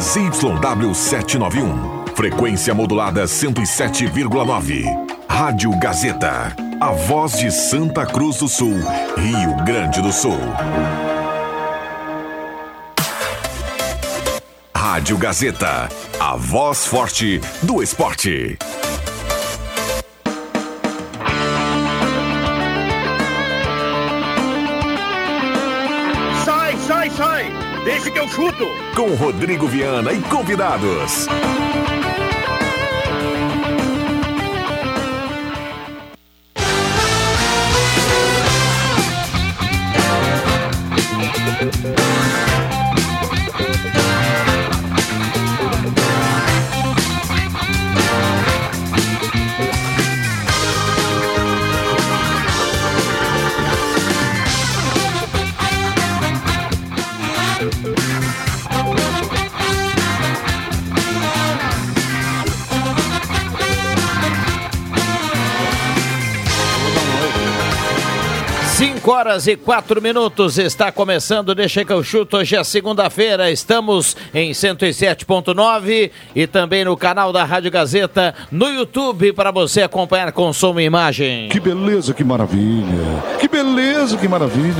ZYW 791. Frequência modulada 107,9. Rádio Gazeta. A voz de Santa Cruz do Sul, Rio Grande do Sul. Rádio Gazeta. A voz forte do esporte. Sai, sai, sai! Deixa que eu chuto! Com Rodrigo Viana e convidados. Cinco horas e quatro minutos está começando, deixa que eu chuto, hoje é segunda-feira, estamos em 107.9 e também no canal da Rádio Gazeta no YouTube para você acompanhar com som e imagem. Que beleza, que maravilha. Que beleza, que maravilha.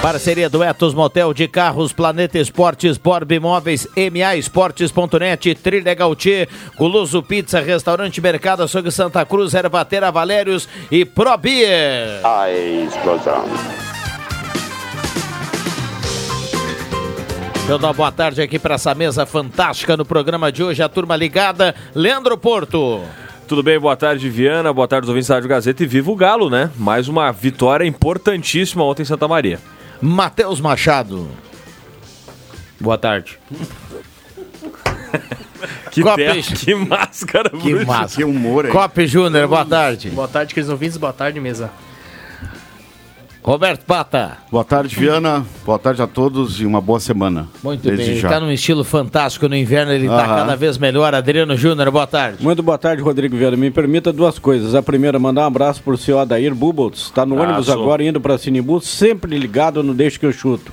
Parceria Duetos Motel de Carros, Planeta Esportes, Borb Imóveis, MA Esportes.net, Trilha Gautier, Guloso Pizza, Restaurante Mercado Açougue Santa Cruz, Ervatera Valérios e Probier. A explosão. Eu dou uma boa tarde aqui para essa mesa fantástica no programa de hoje, a turma ligada, Leandro Porto. Tudo bem? Boa tarde, Viana. Boa tarde, os ouvintes da Rádio Gazeta. E viva o Galo, né? Mais uma vitória importantíssima ontem em Santa Maria. Matheus Machado. Boa tarde. Que, Copa, terra, gente. que máscara, Que bruxa. massa. Que humor, hein? Cop Júnior, boa tarde. Boa tarde, queridos ouvintes. Boa tarde, mesa. Roberto Pata. Boa tarde, Viana. Boa tarde a todos e uma boa semana. Muito Desde bem. Ele já. tá num estilo fantástico no inverno, ele tá Aham. cada vez melhor. Adriano Júnior, boa tarde. Muito boa tarde, Rodrigo Vieira. Me permita duas coisas. A primeira, mandar um abraço pro senhor Adair Buboltz. Está no ônibus Abraço. agora, indo para Sinimbu, sempre ligado no Deixa que eu chuto.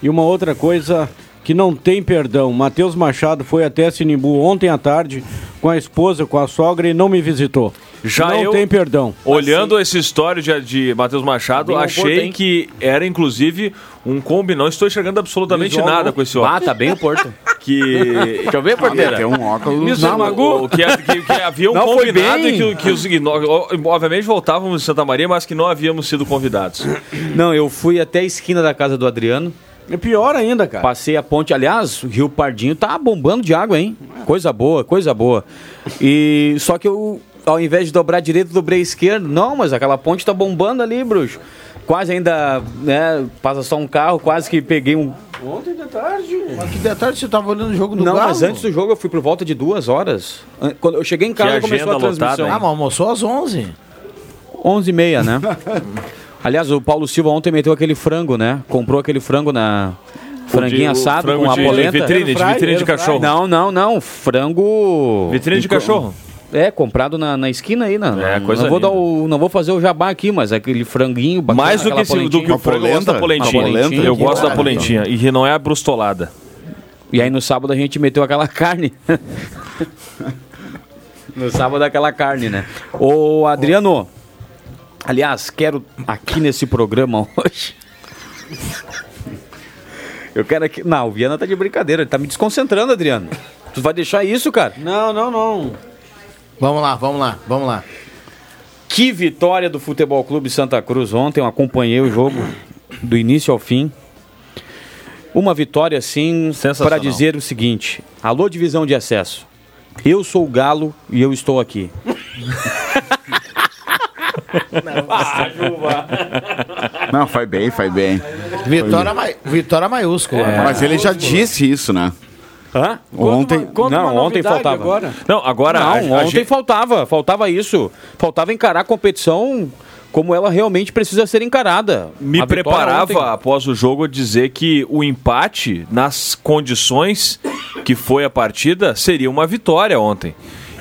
E uma outra coisa que não tem perdão. Matheus Machado foi até Sinimbu ontem à tarde com a esposa, com a sogra e não me visitou. Já não eu- tem perdão. Olhando Assim- esse história de, de Matheus Machado, Bem oportuno, achei hein? que era, inclusive, um combi. Não estou enxergando absolutamente Visual, nada não. com esse Ah, óculos. tá bem o Porto. Que... Deixa eu ver, Tem um óculos Não, o- que, que- que havia um Não, foi combinado bem. e que, que os, igno- obviamente voltávamos de Santa Maria, mas que não havíamos sido convidados. Não, eu fui até a esquina da casa do Adriano, É pior ainda, cara. passei a ponte. Aliás, o Rio Pardinho tá bombando de água, hein? Coisa boa, coisa boa. E só que eu, ao invés de dobrar direito, dobrei esquerdo. Não, mas aquela ponte tá bombando ali, bruxo. Quase ainda, né? Passa só um carro, quase que peguei um. Ontem de tarde. Que detalhe, você tava olhando o jogo do não, mas antes do jogo eu fui por volta de duas horas. An- Quando eu cheguei em casa, Que começou a agenda transmissão. lotada, hein? Ah, mas almoçou às 11. 11 e meia, né? Aliás, o Paulo Silva ontem meteu aquele frango, né? Comprou aquele frango na franguinha O de- o assado frango com a de- polenta. De vitrine, de Airfry, vitrine de airfry. cachorro. Não, não, não. Frango. Vitrine de Enco- cachorro. É, comprado na, na esquina aí, né? É, não, coisa não vou dar linda. o, Não vou fazer o jabá aqui, mas é aquele franguinho bacana, Mais do que, aquela esse, do que polentinha. o frango, eu gosto polenta? da polentinha. Uma polenta? Eu Que gosto da maravilha. polentinha. E não é a brustolada. E aí no sábado a gente meteu aquela carne. no sábado aquela carne, né? Ô, Adriano. Aliás, quero aqui nesse programa hoje. Eu quero aqui. Não, o Viana tá de brincadeira, ele tá me desconcentrando, Adriano. Tu vai deixar isso, cara? Não, não, não. Vamos lá, vamos lá, vamos lá. Que vitória do Futebol Clube Santa Cruz ontem. Eu acompanhei o jogo do início ao fim. Uma vitória, sim, para Sensacional. dizer o seguinte: Alô, divisão de acesso. Eu sou o Galo e eu estou aqui. Não, faz bem, faz bem. Vitória, mai- vitória maiúscula. é Mas ele já disse isso, né? Hã? Ontem- não, ontem faltava. Agora. Não, agora. a- Não, a ontem gente- faltava. Faltava isso. Faltava encarar a competição como ela realmente precisa ser encarada. me A vitória preparava ontem- após o jogo a dizer que o empate, nas condições que foi a partida, seria uma vitória ontem.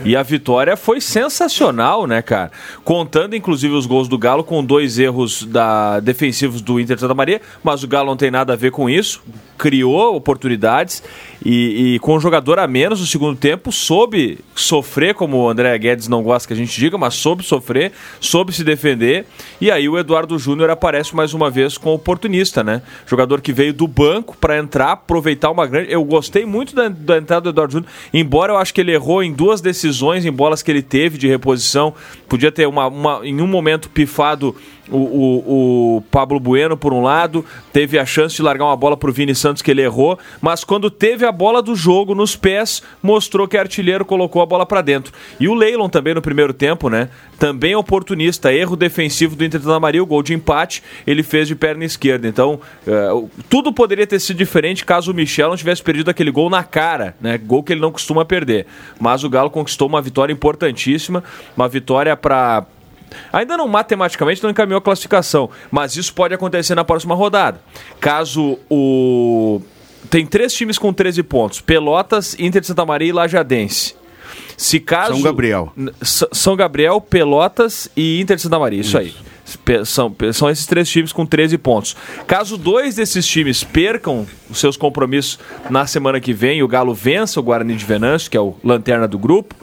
E a vitória foi sensacional, né, cara? Contando, inclusive, os gols do Galo com dois erros da- defensivos do Inter de Santa Maria, mas o Galo não tem nada a ver com isso. criou oportunidades e, e com um jogador a menos no segundo tempo soube sofrer, como o André Guedes não gosta que a gente diga, mas soube sofrer, soube se defender. E aí o Eduardo Júnior aparece mais uma vez com oportunista, né? Jogador que veio do banco para entrar, aproveitar uma grande. Eu gostei muito da, da entrada do Eduardo Júnior, embora eu acho que ele errou em duas decisões, em bolas que ele teve de reposição. Podia ter uma, uma- em um momento pifado o, o- o Pablo Bueno por um lado, teve a chance de largar uma bola pro Vini Santos que ele errou, mas quando teve a bola do jogo nos pés, mostrou que é artilheiro colocou a bola para dentro. E o Leilon também no primeiro tempo, né? Também oportunista, erro defensivo do Inter da Maria, o gol de empate ele fez de perna esquerda. Então, eh, o- tudo poderia ter sido diferente caso o Michel não tivesse perdido aquele gol na cara, né? Gol que ele não costuma perder. Mas o Galo conquistou uma vitória importantíssima, uma vitória para Ainda não matematicamente não encaminhou a classificação, mas isso pode acontecer na próxima rodada. Caso o tem três times com 13 pontos: Pelotas, Inter de Santa Maria e Lajadense. Se caso São Gabriel. N- S- São Gabriel, Pelotas e Inter de Santa Maria, isso, aí. Pe- São, pe- são esses três times com 13 pontos. Caso dois desses times percam os seus compromissos na semana que vem e o Galo vença o Guarani de Venâncio, que é o lanterna do grupo,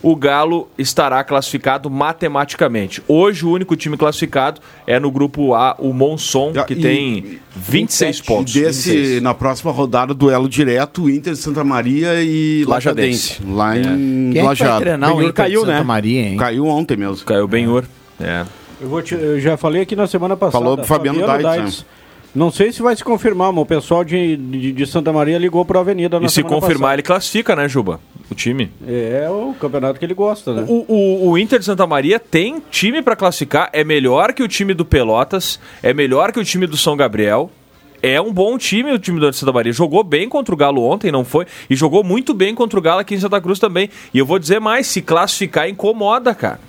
o Galo estará classificado matematicamente. Hoje, o único time classificado é no grupo A, o Monson, que Ah, E- tem 26 pontos. E desse, 26. na próxima rodada, duelo direto, Inter de Santa Maria e Lajadense. Lajadense. Lá em Quem é que vai Lajado. treinar o Benhur Inter caiu, de Santa né? Maria, hein? Caiu ontem mesmo. Caiu bem ouro. É. tá- Eu, vou te- eu já falei aqui na semana passada. Falou pro Fabiano Daites, né? Não sei se vai se confirmar, mas o pessoal de, de, de Santa Maria ligou para a Avenida na E se semana confirmar, ele classifica, né, Juba? O time. passada. É o campeonato que ele gosta, né? O, o- o Inter de Santa Maria tem time pra classificar, é melhor que o time do Pelotas, é melhor que o time do São Gabriel. É um bom time o time do Inter de Santa Maria. Jogou bem contra o Galo ontem, não foi? E jogou muito bem contra o Galo aqui em Santa Cruz também. E eu vou dizer mais, se classificar incomoda, cara.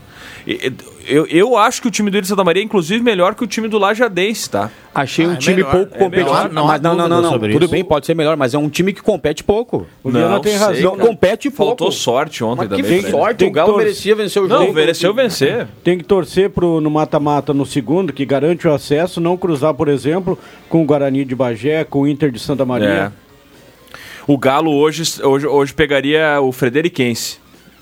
E- Eu, eu acho que o time do Inter de Santa Maria é inclusive melhor que o time do Lajadense, tá? Achei um é time melhor, pouco é competitivo. melhor, não há mas não, não, não, dúvida não. sobre Tudo isso. bem, pode ser melhor, mas é um time que compete pouco. O Viana tem sei, razão. cara. Compete pouco. Faltou sorte ontem Mas também. né? pra que ele. sorte, Tem o Galo que torcer. merecia vencer o jogo. Não, mereceu vencer. Tem que torcer pro, no mata-mata no segundo, que garante o acesso, não cruzar, por exemplo, com o Guarani de Bagé, com o Inter de Santa É. Maria. O Galo hoje, hoje, hoje pegaria o Frederiquense.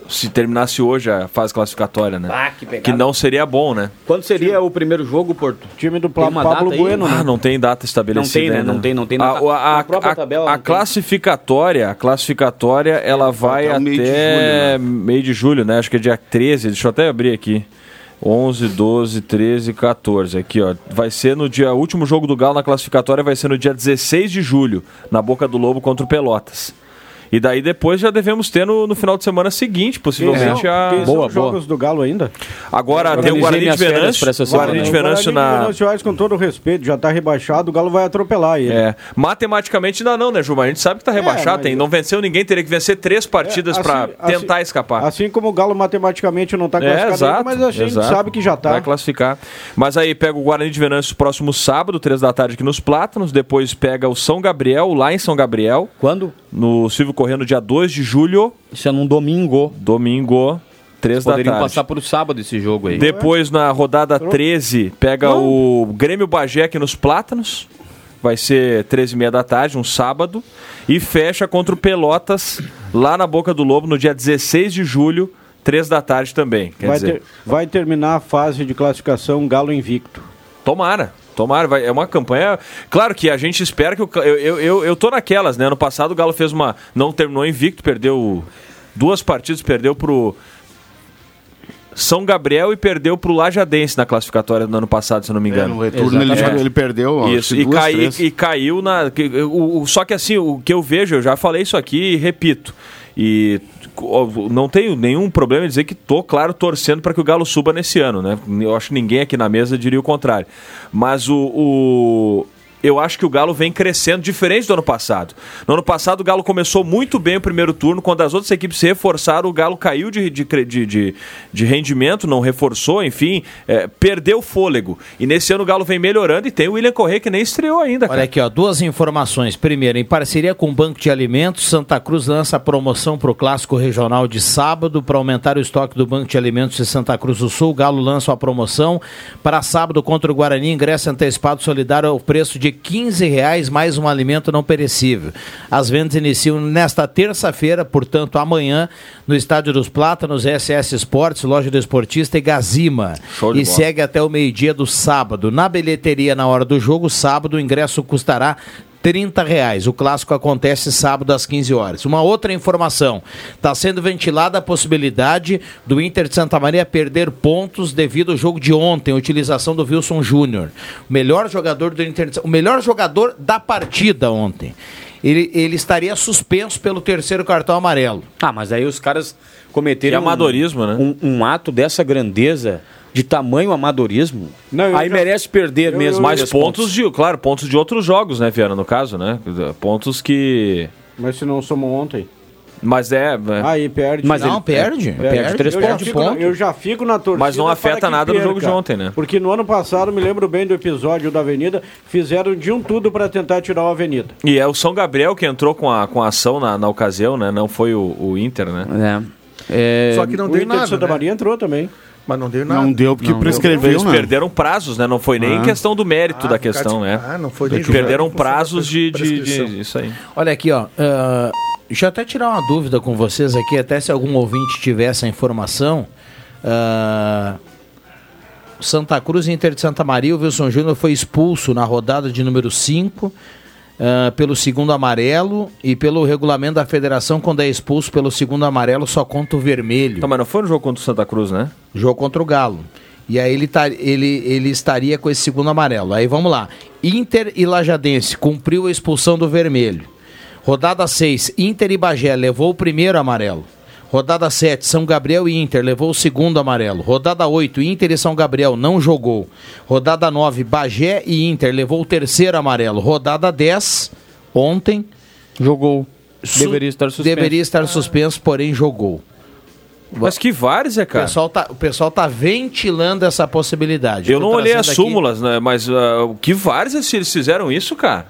Se terminasse hoje a fase classificatória, né? Ah, que pegada. não seria bom, né? Quando seria o primeiro jogo, Porto? Time do Tem Pla- uma Pablo data aí? Bueno, né? Ah, não tem data estabelecida. Não tem, né? ainda. Não tem, não tem. A, o- a, Na própria a- a tabela não tem. É, tá classificatória, a classificatória, ela vai até até o meio de meio de julho, né? Acho que é dia 13. Deixa eu até abrir aqui. 11, 12, 13, 14. Aqui, ó. Vai ser no dia. O último jogo do Galo na classificatória vai ser no dia 16 de julho, na Boca do Lobo contra o Pelotas. E daí depois já devemos ter no, no final de semana seguinte, possivelmente a. Tem Boa, os jogos do Galo ainda? Agora tem o Organizei Guarani de minhas férias Venâncio. pra essa semana. Guarani de É, O Venâncio Guarani de na, Venâncio Aires, com todo o respeito, já tá rebaixado, o Galo vai atropelar ele. É. Matematicamente ainda não, né, Gilmar? A gente sabe que tá rebaixado, É, mas tem. eu- Não venceu ninguém, teria que vencer três partidas assim- pra assim- tentar escapar. Assim como o Galo matematicamente não tá é, classificado, exato. ainda, mas a gente exato. sabe que já tá. Vai classificar. Mas aí pega o Guarani de Venâncio próximo sábado, três da tarde aqui nos Plátanos. Depois pega o São Gabriel, lá em São Gabriel, Quando? no Silvio Corrêa, no dia 2 de julho, Isso é num domingo. domingo, três da Poderiam tarde. passar pro sábado esse jogo aí. Depois, na rodada 13, pega o Grêmio Bagé aqui nos Plátanos. Vai ser 13 e meia da tarde, um sábado. E fecha contra o Pelotas, lá na Boca do Lobo, no dia 16 de julho, 3 da tarde também. Quer Vai, dizer, ter- vai terminar a fase de classificação Galo invicto. tomara. Tomara, vai- é uma campanha. Claro que a gente espera que o. Ca- Eu, eu, eu, eu tô naquelas, né? Ano passado o Galo fez uma. Não terminou invicto, perdeu duas partidas, perdeu pro. São Gabriel e perdeu pro Lajadense na classificatória do ano passado, se eu não me É, engano. no retorno ele, Exatamente. já- ele perdeu. ó, Isso, acho que e, duas, cai- três. e caiu na. que- o- o- só que assim, o que eu vejo, eu já falei isso aqui e repito. E ó, não tenho nenhum problema em dizer que tô, claro, torcendo para que o Galo suba nesse ano, né? Eu acho que ninguém aqui na mesa diria o contrário. Mas o. o- eu acho que o Galo vem crescendo diferente do ano passado. No ano passado, o Galo começou muito bem o primeiro turno. Quando as outras equipes se reforçaram, o Galo caiu de, de, cre- de, de- de rendimento, não reforçou, enfim, é, perdeu fôlego. E nesse ano o Galo vem melhorando e tem o William Corrêa que nem estreou ainda, Olha cara. aqui, ó, duas informações. Primeiro, em parceria com o Banco de Alimentos, Santa Cruz lança a promoção para o Clássico Regional de sábado. Para aumentar o estoque do Banco de Alimentos de Santa Cruz do Sul, o Galo lança a promoção para sábado contra o Guarani. Ingresso antecipado solidário ao preço de R$ 15 reais mais um alimento não perecível. As vendas iniciam nesta terça-feira, portanto, amanhã, no Estádio dos Plátanos, SS Esportes, Loja do Esportista e Gazima. Show de e bola. segue segue até o meio-dia do sábado. Na bilheteria, na hora do jogo, sábado, o ingresso custará. R$ 30 reais. O clássico acontece sábado às 15 horas. Uma outra informação: está sendo ventilada a possibilidade do Inter de Santa Maria perder pontos devido ao jogo de ontem, a utilização do Wilson Júnior, o melhor jogador do Inter, de Sa- o melhor jogador da partida ontem. Ele, ele estaria suspenso pelo terceiro cartão amarelo. Ah, mas aí os caras E cometeram amadorismo, um, né? um, um ato dessa grandeza, de tamanho amadorismo. Não, eu aí já- merece perder mesmo. Mais esses pontos de, claro, pontos de outros jogos, né, Viana, no caso, né? Pontos que. Mas se não somou ontem. Mas é. é- Ah. Aí perde. Mas Não, ele- é, perde. perde três eu, perde já fico, na- eu já fico na torcida. Mas não afeta para que nada no jogo de ontem, né? Porque no ano passado, me lembro bem do episódio da Avenida, fizeram de um tudo para tentar tirar o Avenida. E é o São Gabriel que entrou com a, com a ação na, na ocasião, né? Não foi o, o Inter, né? É. É, Só que não o deu Inter de Santa nada. né? Maria entrou também. Mas não deu nada. Não deu porque prescreveu, Eles né? perderam prazos, né? Não foi nem Ah. questão do mérito Ah, da por causa questão, de- né? Ah, não foi nem julgado. Perderam Não foi prazos de, de, de- prescrição. Isso aí. Olha aqui, ó. ah, deixa eu até tirar uma dúvida com vocês aqui, até se algum ouvinte tiver essa informação. Ah, Santa Cruz e Inter de Santa Maria, o Wilson Júnior foi expulso na rodada de número 5. pelo segundo amarelo e pelo regulamento da federação, quando é expulso pelo segundo amarelo, só conta o vermelho. Então, mas não foi no jogo contra o Santa Cruz, né? Jogo contra o Galo. E aí ele, tá, ele, ele estaria com esse segundo amarelo. Aí vamos lá. Inter e Lajadense cumpriu a expulsão do vermelho. Rodada 6, Inter e Bagé levou o primeiro amarelo. Rodada 7, São Gabriel e Inter levou o segundo amarelo. Rodada 8, Inter e São Gabriel não jogou. Rodada 9, Bagé e Inter levou o terceiro amarelo. Rodada 10, ontem Jogou. su- Deveria estar suspenso. deveria estar suspenso, porém jogou. Mas que várzea, O cara. pessoal, tá, o pessoal tá ventilando essa possibilidade. Eu Tô não olhei trazendo as aqui- súmulas, né? Mas ah, o que várzea se eles fizeram isso, cara?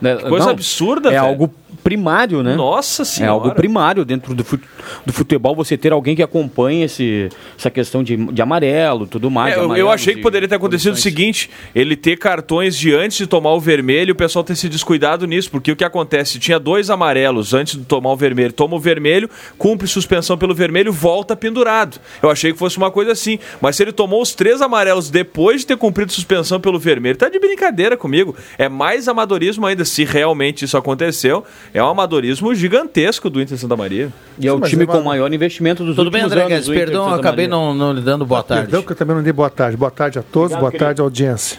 Né, coisa absurda, É velho. algo primário, né? Nossa É senhora. algo primário dentro do fut- do futebol você ter alguém que acompanha esse, essa questão de, de amarelo tudo É, mais. de eu, eu amarelo, achei que de poderia ter acontecido o condições. seguinte: ele ter cartões de antes de tomar o vermelho e o pessoal ter se descuidado nisso, porque o que acontece? Tinha dois amarelos antes de tomar o vermelho. Toma o vermelho, cumpre suspensão pelo vermelho, volta pendurado. Eu achei que fosse uma coisa assim. Mas se ele tomou os três amarelos depois de ter cumprido suspensão pelo vermelho, tá de brincadeira comigo. É mais amadorismo ainda. Se realmente isso aconteceu, é um amadorismo gigantesco do Inter Santa Maria. E é o Sim, mas time é uma- com o maior investimento dos Tudo bem, André últimos anos. Guedes? do Inter de Perdão, eu Santa acabei Maria. não, não lhe dando Ah, boa tarde. Perdão que eu também não dei boa tarde. Boa tarde a todos, boa tarde, audiência.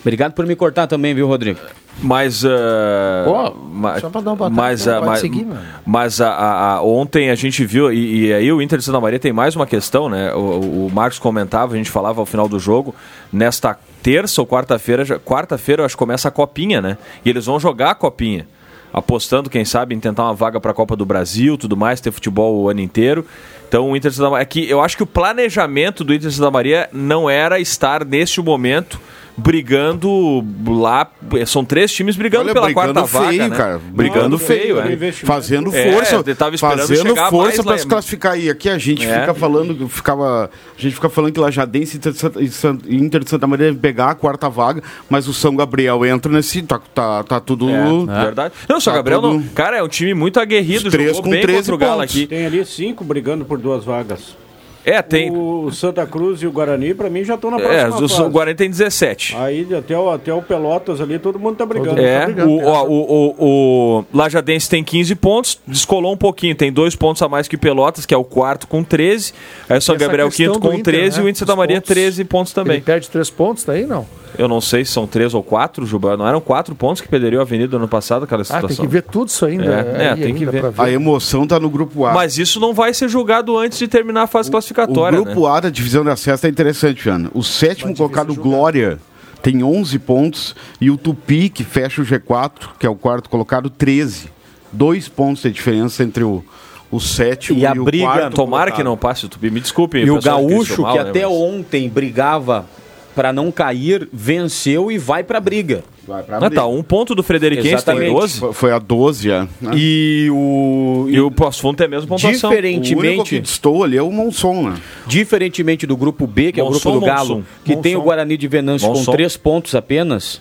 Obrigado por me cortar também, viu, Rodrigo? Mas. ah, Ó, ma- só pra dar uma batalha, Mas, então ah, pode mas, seguir, mano. mas a, a- a- ontem a gente viu, e, e aí o Inter de Santa Maria tem mais uma questão, né? O, o- o Marcos comentava, a gente falava ao final do jogo, nesta terça ou quarta-feira, já- quarta-feira eu acho que começa a copinha, né? E eles vão jogar a copinha. Apostando, quem sabe, em tentar uma vaga para a Copa do Brasil, tudo mais, ter futebol o ano inteiro. Então o Inter de Santa Maria. Aqui, eu acho que o planejamento do Inter de Santa Maria não era estar neste momento brigando lá. São três times brigando Olha, pela brigando quarta feio, vaga. né? cara. Brigando Brigando feio, é. Fazendo É, força, eu tava esperando fazendo chegar força mais para lá- se classificar e aqui a gente É. fica falando, ficava, a gente fica falando que Lajadense e Inter de Santa- e San- e Inter de Santa Maria deve pegar a quarta vaga, mas o São Gabriel entra nesse, tá, tá, tá tudo É, verdade. Não, só Tá Gabriel não. tudo- Cara, é um time muito aguerrido, Os três jogou com bem 13 contra o Galo pontos. aqui. Tem ali cinco brigando por duas vagas. É, tem. O Santa Cruz e o Guarani, pra mim, já estão na É, próxima o, fase. o Guarani tem 17. Ah, Aí até o, até o Pelotas ali, todo mundo tá brigando. É, brigando, o, é. ó, o, o, o Lajadense tem 15 pontos, descolou um pouquinho, tem dois pontos a mais que Pelotas, que é o quarto com 13. Aí o São Essa Gabriel questão quinto do com Inter, 13 e né? o Inter Santa Os Maria pontos. 13 pontos também. Ele perde três pontos daí, não? Eu não sei se são três ou quatro, Juba. Não eram quatro pontos que perderiam a Avenida ano passado, aquela Ah, situação. tem que ver tudo isso ainda. né? É, é, aí tem que ainda ver. pra A emoção tá no grupo A. Mas isso não vai ser julgado antes de terminar a fase o classificatória. né? grupo A da divisão de acesso é interessante, Ana. O sétimo colocado, Glória, tem 11 pontos e o Tupi, que fecha o G4, que é o quarto colocado, 13. Dois pontos de diferença entre o, o sétimo E e, a o briga, quarto Tomara colocado. que não passe o Tupi. Me desculpe. E o pessoal que gaúcho, disse mal, que né, até mas- ontem brigava pra não cair, venceu e vai pra briga. Vai pra Ah, briga. tá. Um ponto do Frederiquense tem Exatamente. 12. Foi- Foi a 12, é. E E o. E o Posso tem a mesma pontuação. o único que Diferentemente, estou ali é o Monson, né? diferentemente do grupo B, que é o Monson, grupo do Galo, Monson. que tem o Monson. Guarani de Venâncio Monson. com três pontos apenas,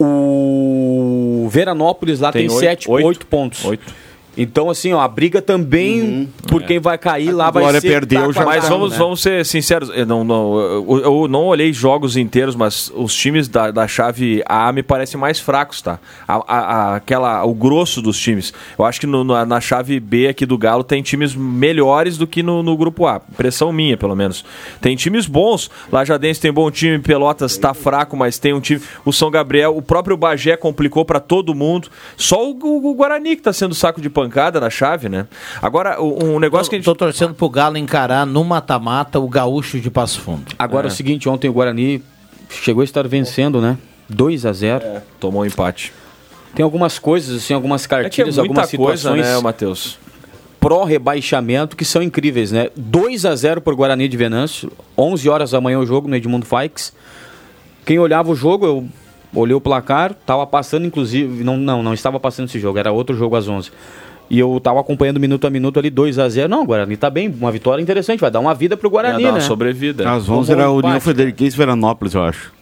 O Veranópolis lá Tem tem oito- 7, oito. 8 pontos. Oito. Então, assim, ó, a briga também por quem vai cair lá vai Uhum. Glória ser. perdeu, já- com a Mas Carmo, vamos, né? vamos ser sinceros, eu não, não, eu, eu não olhei jogos inteiros, mas os times da, da chave A me parecem mais fracos, tá? A, a- a- aquela, o grosso dos times. Eu acho que no- na, na chave B aqui do Galo tem times melhores do que no, no grupo A. Impressão minha, pelo menos. Tem times bons. Lajadense tem bom time, Pelotas tá fraco, mas tem um time. O São Gabriel, o próprio Bagé complicou pra todo mundo. Só o, o Guarani que tá sendo saco de pancada na chave, né? Agora, o- um negócio que a gente. Tô torcendo pro Galo encarar no mata-mata o gaúcho de Passo Fundo. Agora é. o seguinte, ontem o Guarani chegou a estar vencendo, né? 2 a 0 É. Tomou um empate. Tem algumas coisas, assim, algumas É que é cartilhas, muita algumas coisa, situações né, Matheus? pró-rebaixamento que são incríveis, né? 2 a 0 por Guarani de Venâncio, 11 horas da manhã o jogo no Edmundo Fikes. Quem olhava o jogo, eu olhei o placar, tava passando inclusive, não, não, não estava passando esse jogo, era outro jogo às 11. E eu tava acompanhando minuto a minuto ali 2 a 0. Não, o Guarani tá bem, uma vitória interessante, vai dar uma vida pro Ia Guarani, dar uma né? sobrevida. Às 11 Tomou era um a União empate, Frederiquense Veranópolis, eu acho.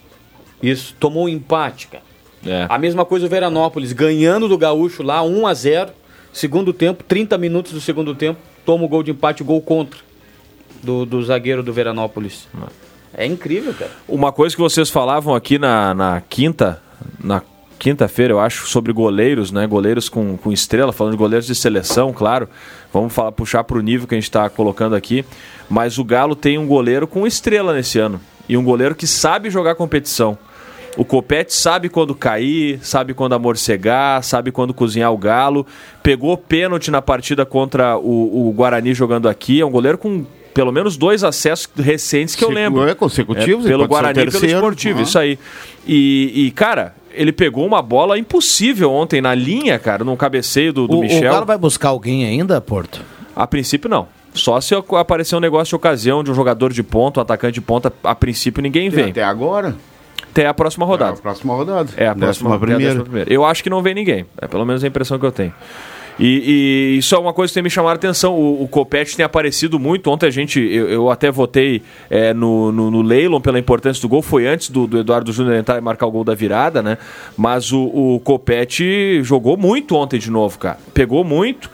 Isso, tomou um empate, cara. É. A mesma coisa o Veranópolis, ganhando do Gaúcho lá, 1 a 0 Segundo tempo, 30 minutos do segundo tempo, toma o gol de empate, gol contra do, do zagueiro do Veranópolis. É incrível, cara. Uma coisa que vocês falavam aqui na, na quinta, na quinta-feira, eu acho, sobre goleiros, né? Goleiros com, com estrela, falando de goleiros de seleção, claro. Vamos falar, puxar pro nível que a gente tá colocando aqui. Mas o Galo tem um goleiro com estrela nesse ano. E um goleiro que sabe jogar competição. O Copete sabe quando cair, sabe quando amorcegar, sabe quando cozinhar o galo. Pegou pênalti na partida contra o, o Guarani jogando aqui. É um goleiro com pelo menos dois acessos recentes que eu Secu- lembro. é, consecutivos, É, ele pode pelo ser o Guarani e pelo terceiro, Esportivo, né? isso aí. E, e, cara, ele pegou uma bola impossível ontem na linha, cara, num cabeceio do, do O, o Michel. Galo vai buscar alguém ainda, Porto? A princípio, não. Só se ac- aparecer um negócio de ocasião de um jogador de ponta, um atacante de ponta, a princípio ninguém vem. Até agora. Até a É próxima a rodada. próxima rodada. É, a próxima Décima primeira. é a décima primeira. Eu acho que não vem ninguém. É pelo menos a impressão que eu tenho. E, e isso é uma coisa que tem me chamado a atenção. O, o Copete tem aparecido muito. Ontem a gente, eu, eu até votei é, no, no, no Leilon pela importância do gol. Foi antes do, do Eduardo Júnior entrar e marcar o gol da virada, né? Mas o, o Copete jogou muito ontem de novo, cara. Pegou muito.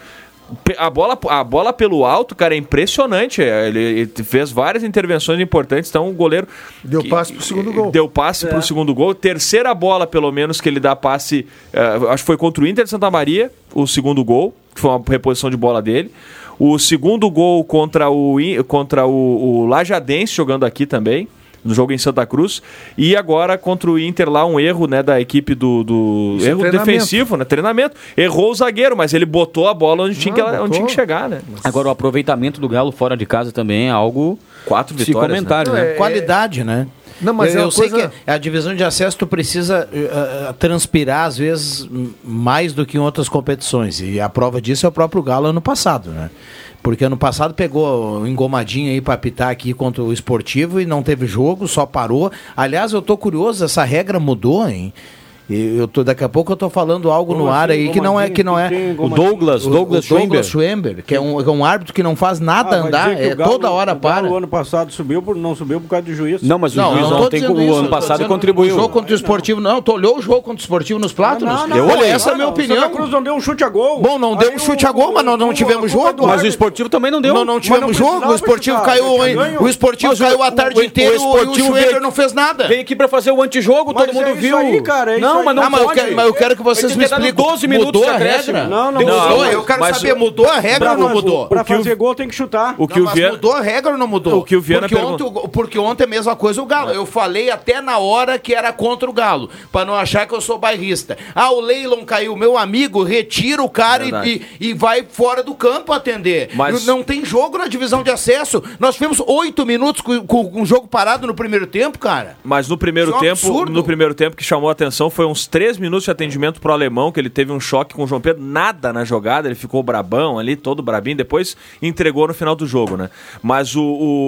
Pe- A bola, a bola pelo alto, cara, é impressionante. É, Ele, ele fez várias intervenções importantes. Então, o goleiro. Deu passe pro segundo gol. É. Deu passe pro segundo gol. Terceira bola, pelo menos, que ele dá passe. eh, acho que foi contra o Inter de Santa Maria, o segundo gol, que foi uma reposição de bola dele. O segundo gol contra o, In- contra o, o Lajadense, jogando aqui também. No jogo em Santa Cruz. E agora contra o Inter lá, um erro né, da equipe do. do Isso é erro treinamento. defensivo, né? Treinamento. Errou o zagueiro, mas ele botou a bola onde tinha, que, ela- onde botou. tinha que chegar, né? Agora, o aproveitamento do Galo fora de casa também é algo Quatro de vitórias, comentário, né? É, Qualidade, né? Não, mas eu, é eu uma sei coisa- que a divisão de acesso tu precisa eh, ah, transpirar, às vezes, m- mais do que em outras competições. E a prova disso é o próprio Galo ano passado, né? Porque ano passado pegou um engomadinho aí pra apitar aqui contra o esportivo e não teve jogo, só parou. Aliás, eu tô curioso, essa regra mudou, hein? E Eu tô, daqui a pouco eu tô falando algo Como no ar assim, aí que não é que não é engomadinho? Que tem O Douglas, o- Douglas, o Douglas Schwember, Schwember, que é um, que é um árbitro que não faz nada vai andar, Ah, dizer que é o Galo- toda hora o Galo para. O ano passado subiu, por, não subiu por causa do juiz. Não, mas o Não, juiz não, tô ontem, dizendo o isso, ano eu tô passado, dizendo contribuiu. O jogo contra o esportivo, não. Tu olhou o jogo contra o esportivo nos plátanos? eu olhei, essa é a minha opinião. Santa Cruz não deu um chute a gol. Bom, não deu um chute a gol, mas nós não tivemos jogo. Mas o esportivo também não deu. não, não tivemos não jogo, o precisava, esportivo cara, caiu, tinha hein? ganho. O esportivo Mas o- caiu a o- tarde o inteira Esportivo e o Schweber veio- não fez nada. Veio aqui pra fazer o antijogo, Mas todo mundo é isso viu. aí, cara, é não, isso mas aí. não Ah, mas eu pode. quero, mas eu quero que vocês Eles me tentaram expliquem. 12 minutos mudou de a acréscimo. regra? Não, não, Deu- não, mudou, mas- eu quero mas- saber, mudou a regra Pra, ou não mudou? pra O que o- fazer gol tem que chutar. O que Não, o mas Viana. mudou a regra ou não mudou? O que o Viana porque, ontem, o- porque ontem é a mesma coisa o Galo. Eu falei até na hora que era contra o Galo, pra não achar que eu sou bairrista. Ah, o Leilon caiu, meu amigo, retira o cara e, Verdade. e, e vai fora do campo atender. Mas- Não tem jogo na divisão de acesso. Nós tivemos oito minutos com, com, com o jogo parado no primeiro tempo, cara. Mas no primeiro Isso é um tempo, absurdo. no primeiro tempo que chamou a atenção foi uns três minutos de atendimento pro alemão, que ele teve um choque com o João Pedro, nada na jogada, ele ficou brabão ali, todo brabinho, depois entregou no final do jogo, né? Mas o,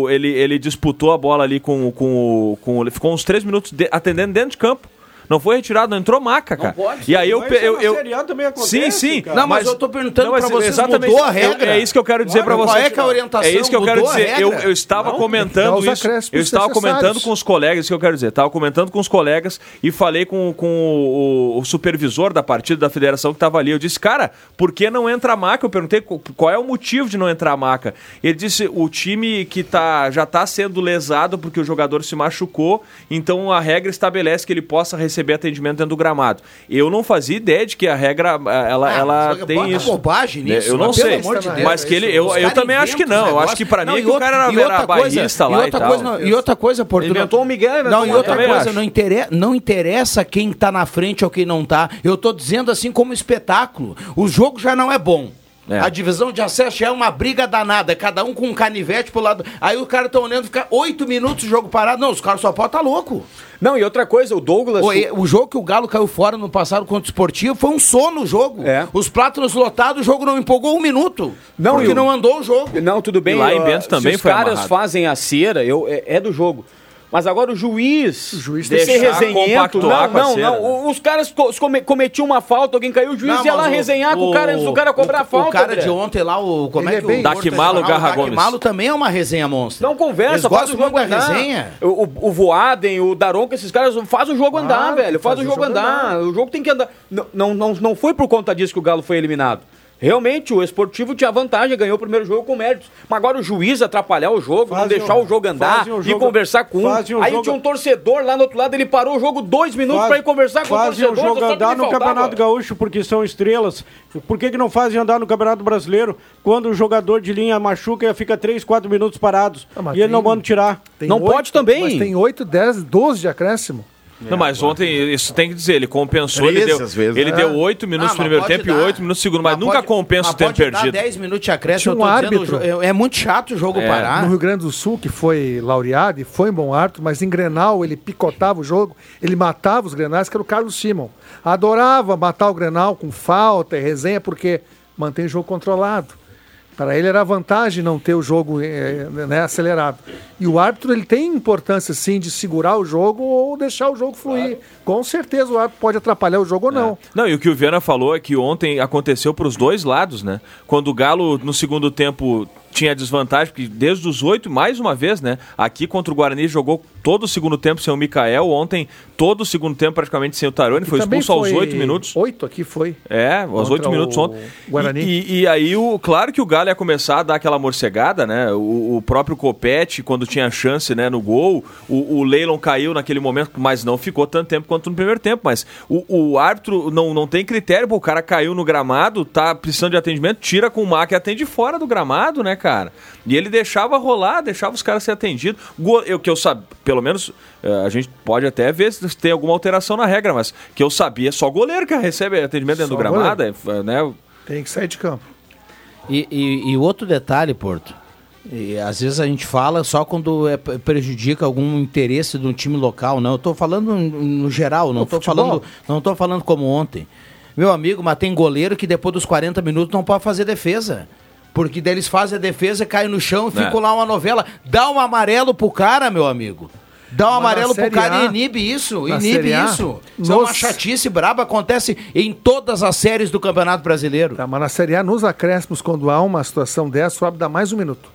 o- ele, ele disputou a bola ali com, o- com, o- com o- ele ficou uns três minutos de- atendendo dentro de campo. Não foi retirado, não entrou maca, cara. E aí eu. Mas pe- isso eu, na é eu- Série A também Sim, acontece, sim. cara. Não, mas eu tô perguntando pra vocês, mudou a regra? É, é isso que eu quero dizer Claro, pra qual vocês. é que é a orientação? É isso que eu quero Mudou a dizer. Eu, regra? eu estava dar comentando os isso. acréscimos Eu estava necessários. comentando com os colegas, isso que eu quero dizer. Estava comentando com os colegas e falei com, com o, o supervisor da partida da federação que estava ali. Eu disse, cara, por que não entra a maca? Eu perguntei co- qual é o motivo de não entrar a maca. Ele disse, o time que tá, já está sendo lesado porque o jogador se machucou, então a regra estabelece que ele possa receber atendimento dentro do gramado. Eu não fazia ideia de que a regra ah, ela, Ah, ela mas eu boto tem isso. bobagem Né, nisso, eu não mas pelo sei, amor de Deus, mas é que ele, isso. Os eu, eu caras também acho que inventam não. os Eu acho negócios. que pra mim Não, é e que o outra- cara e era outra coisa- bairrista e lá e outra tal. coisa não- E outra coisa, Portugal. Inventou o Miguel, inventou Não, o e Miguel. outra Também coisa, acho. não interessa, não interessa quem tá na frente ou quem não tá. Eu tô dizendo assim como espetáculo. O jogo já não é bom. É. A divisão de acesso já é uma briga danada, cada um com um canivete pro lado. Aí o cara tá olhando, fica oito minutos o jogo parado. Não, os caras só podem tá louco. Não, e outra coisa, o Douglas. Pô, e- O jogo que o Galo caiu fora no passado contra o Esportivo foi um sono o jogo. É. Os plátanos lotados, o jogo não empolgou um minuto. Não, porque e o- não andou o jogo. Não, tudo bem. E lá em ó, Bento se também os foi caras amarrado. fazem a cera, eu, é, é do jogo. Mas agora o juiz, o juiz tem que ser deixar resenhento. compactuar Não, com a não, cera, não. né? O- Os caras co- come- cometiam uma falta, alguém caiu, o juiz Não, ia mas lá resenhar com o cara antes do cara cobrar o- falta. O cara André. de ontem lá, o. Como Ele é é que bem- o. Daquimalo Porto- Garra o Daquimalo também é uma resenha monstro. Não conversa, Eles faz o gostam jogo muito da andar. resenha. O, o, o Voaden, o Daronco, esses caras faz o jogo andar, Claro, velho. Faz, o jogo, andar. O jogo tem que andar. Não, não, não, não foi por conta disso que o Galo foi eliminado. Realmente, o esportivo tinha vantagem, ganhou o primeiro jogo com méritos. Mas agora o juiz atrapalhar o jogo, não Fazem deixar um- o jogo andar fazem um e jogo- conversar com um. fazem um Aí jogo- tinha um torcedor lá no outro lado, ele parou o jogo dois minutos Faz- pra ir conversar com o fazem torcedor. o jogo só que andar me no faltava. Campeonato Gaúcho porque são estrelas. Por que, que não fazem andar no Campeonato Brasileiro quando o jogador de linha machuca e fica 3, 4 minutos parados Ah, mas e ele não tem- manda tirar? Tem Não pode também. Mas tem 8, 10, 12 de acréscimo. É, Não, mas ontem, isso tem que dizer, ele compensou. Ele Três, deu, às vezes, ele né? deu 8 minutos Ah, no mas primeiro pode tempo e dar. 8 minutos no segundo, mas, nunca pode- compensa o mas tempo pode dar perdido. 10 minutos de acréscimo, Tinha eu um tô dizendo, árbitro. o jo- é, é muito chato o jogo É. No parar. Rio Grande do Sul, que foi laureado e foi um bom árbitro, mas em Grenal ele picotava o jogo, ele matava os Grenais, que era o Carlos Simon. Adorava matar o Grenal com falta e resenha, porque mantém o jogo controlado. Para ele era vantagem não ter o jogo eh, né, acelerado. E o árbitro ele tem importância sim de segurar o jogo ou deixar o jogo fluir. Com certeza o árbitro pode atrapalhar o É. jogo ou não. Não, e o que o Viana falou é que ontem aconteceu para os dois lados, né? Quando o Galo, no segundo tempo, tinha desvantagem, porque desde os oito, mais uma vez, né? Aqui contra o Guarani jogou todo o segundo tempo sem o Mikael, ontem todo o segundo tempo praticamente sem o Tarone, foi Também expulso aos foi- oito minutos. Oito aqui foi. É, aos Contra oito minutos o ontem. Guarani. E, e- e aí, o, claro que o Galo ia começar a dar aquela morcegada, né? O, o próprio Copete, quando tinha chance né, no gol, o, o Leilon caiu naquele momento, mas não ficou tanto tempo quanto no primeiro tempo. Mas o, o árbitro não, não tem critério, pô, o cara caiu no gramado, tá precisando de atendimento, tira com o Mac e atende fora do gramado, né, cara? E ele deixava rolar, deixava os caras ser atendidos. Go- Eu que eu sabia, pelo menos eh, a gente pode até ver se tem alguma alteração na regra, mas que eu sabia, só goleiro que recebe atendimento dentro Só do gramado, é, né? Tem que sair de campo. E, e- e outro detalhe, Porto. e às vezes a gente fala só quando é, prejudica algum interesse de um time local, não. Eu tô falando no geral, não tô futebol. falando, não tô falando como ontem. Meu amigo, mas tem goleiro que depois dos 40 minutos não pode fazer defesa. Porque daí eles fazem a defesa, caem no chão, ficam É. lá uma novela. Dá um amarelo pro cara, meu amigo. Dá um Mas na amarelo pro Série cara e A, inibe isso, na inibe Série A, isso. Isso é uma nos- chatice braba, acontece em todas as séries do Campeonato Brasileiro. Tá, mas na Série A, nos acréscimos, quando há uma situação dessa, o árbitro dá mais um minuto.